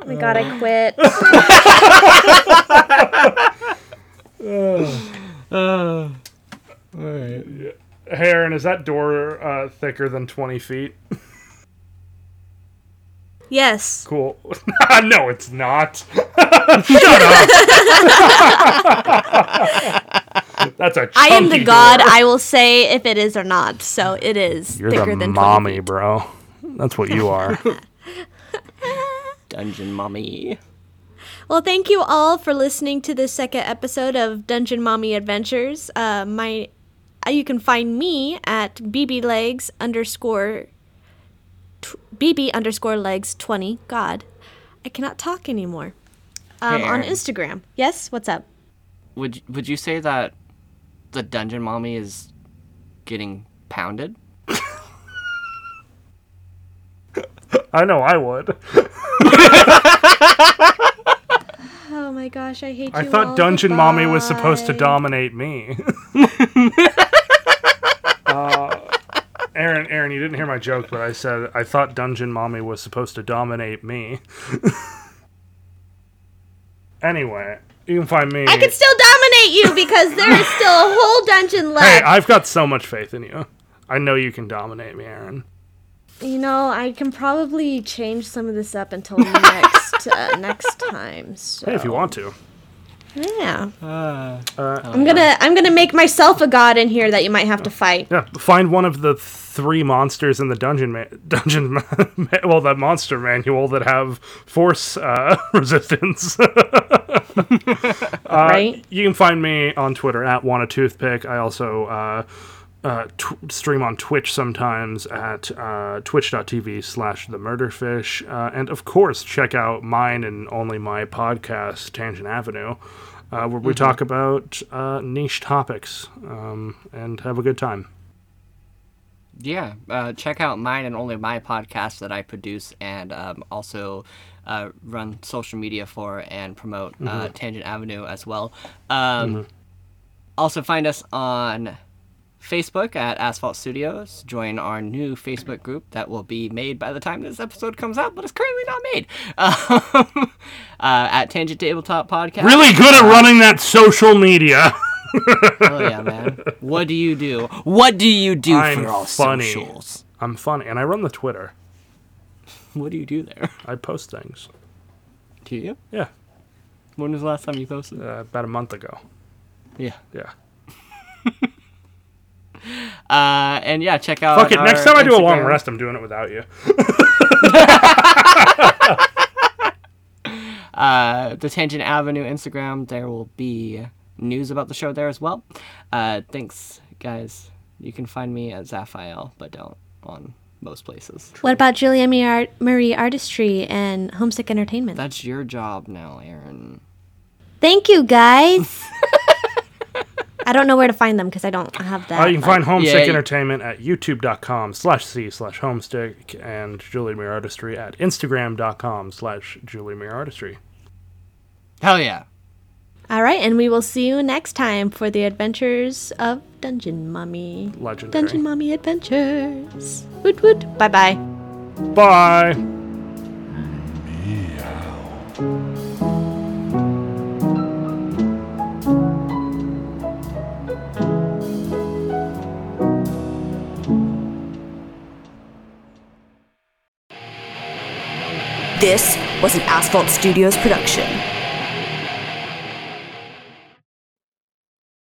[SPEAKER 4] Oh my god, I quit.
[SPEAKER 2] Hey, Aaron, is that door uh, thicker than 20 feet?
[SPEAKER 4] yes.
[SPEAKER 2] Cool. (laughs) no, it's not. Shut up. (laughs) That's a
[SPEAKER 4] I am
[SPEAKER 2] chunky
[SPEAKER 4] the
[SPEAKER 2] door.
[SPEAKER 4] god. I will say if it is or not. So it is thicker than 20 feet.
[SPEAKER 2] bro. That's what you
[SPEAKER 4] (laughs)
[SPEAKER 2] are.
[SPEAKER 1] Dungeon mommy.
[SPEAKER 4] Well, thank you all for listening to this second episode of Dungeon Mommy Adventures. Uh, my, uh, you can find me at bblegs underscore tw- bb underscore legs twenty. God, I cannot talk anymore. Um,
[SPEAKER 1] Hey,
[SPEAKER 4] on
[SPEAKER 1] Aaron.
[SPEAKER 4] Instagram. Yes. What's up?
[SPEAKER 1] Would would you say that the dungeon mommy is getting pounded?
[SPEAKER 2] I know I would.
[SPEAKER 4] Oh my gosh, I hate
[SPEAKER 2] I
[SPEAKER 4] you. all.
[SPEAKER 2] thought Dungeon Mommy was
[SPEAKER 4] Goodbye.
[SPEAKER 2] supposed to dominate me. (laughs) Uh, Aaron, Aaron, you didn't hear my joke, but I said I thought Dungeon Mommy was supposed to dominate me. (laughs) anyway, you can find me.
[SPEAKER 4] I could still dominate you because there is still a whole dungeon
[SPEAKER 2] hey,
[SPEAKER 4] left.
[SPEAKER 2] I've got so much faith in you. I know you can dominate me, Aaron.
[SPEAKER 4] you know, I can probably change some of this up until (laughs) next uh, next time. So.
[SPEAKER 2] Hey, Oh, if you want to. Uh,
[SPEAKER 4] Yeah. I'm gonna I'm gonna make myself a god in here that you might have to fight.
[SPEAKER 2] Yeah, find one of the three monsters in the dungeon ma- (laughs) dungeon ma- ma- well that monster manual that have force uh, (laughs) resistance.
[SPEAKER 4] right?
[SPEAKER 2] you can find me on Twitter at want toothpick. I also uh, uh, tw- stream on Twitch sometimes at uh, twitch.tv slash the murderfish. Uh, and of course, check out mine and only my podcast, Tangent Avenue, uh, where we
[SPEAKER 1] Mm-hmm.
[SPEAKER 2] talk about uh, niche topics um, and have a good time.
[SPEAKER 1] Yeah, uh, check out mine and only my podcast that I produce and um, also uh, run social media for and promote uh, Tangent Avenue as well. Um, Also, find us on Facebook at Asphalt Studios. Join our new Facebook group that will be made by the time this episode comes out, but it's currently not made. (laughs) Um, uh, at Tangent Tabletop Podcast.
[SPEAKER 2] Really good at running that social media. (laughs)
[SPEAKER 1] Oh, yeah, man. What do you do? What do you do
[SPEAKER 2] I'm
[SPEAKER 1] for all
[SPEAKER 2] funny.
[SPEAKER 1] socials?
[SPEAKER 2] I'm funny, and I run the Twitter.
[SPEAKER 1] What do you do there? (laughs)
[SPEAKER 2] I post things.
[SPEAKER 1] Do you?
[SPEAKER 2] Yeah,
[SPEAKER 1] When was the last time you posted?
[SPEAKER 2] uh, about a month ago.
[SPEAKER 1] Yeah.
[SPEAKER 2] Yeah.
[SPEAKER 1] Uh, and yeah, check out.
[SPEAKER 2] Fuck it. Next
[SPEAKER 1] our
[SPEAKER 2] time I do a long
[SPEAKER 1] Instagram.
[SPEAKER 2] rest, I'm doing it without you.
[SPEAKER 1] Uh, the Tangent Avenue Instagram, there will be news about the show there as well. Uh, thanks, guys. You can find me at Zaphiel, but don't on most places.
[SPEAKER 4] What about Julia Marie, Art- Marie Artistry and Homesick Entertainment?
[SPEAKER 1] That's your job now, Aaron.
[SPEAKER 4] Thank you (laughs) guys. I don't know where to find them because I don't have that.
[SPEAKER 2] Uh, you can find Homesick
[SPEAKER 1] Yeah, y-
[SPEAKER 2] Entertainment at youtube.com slash C slash Homestick and Julie Mere Artistry at instagram.com slash Julie Mere Artistry.
[SPEAKER 1] Hell yeah.
[SPEAKER 4] All right, and we will see you next time for the adventures of Dungeon Mummy.
[SPEAKER 2] Legendary.
[SPEAKER 4] Dungeon Mummy Adventures. Woot woot. Bye bye.
[SPEAKER 2] Bye.
[SPEAKER 6] This was an Asphalt Studios production.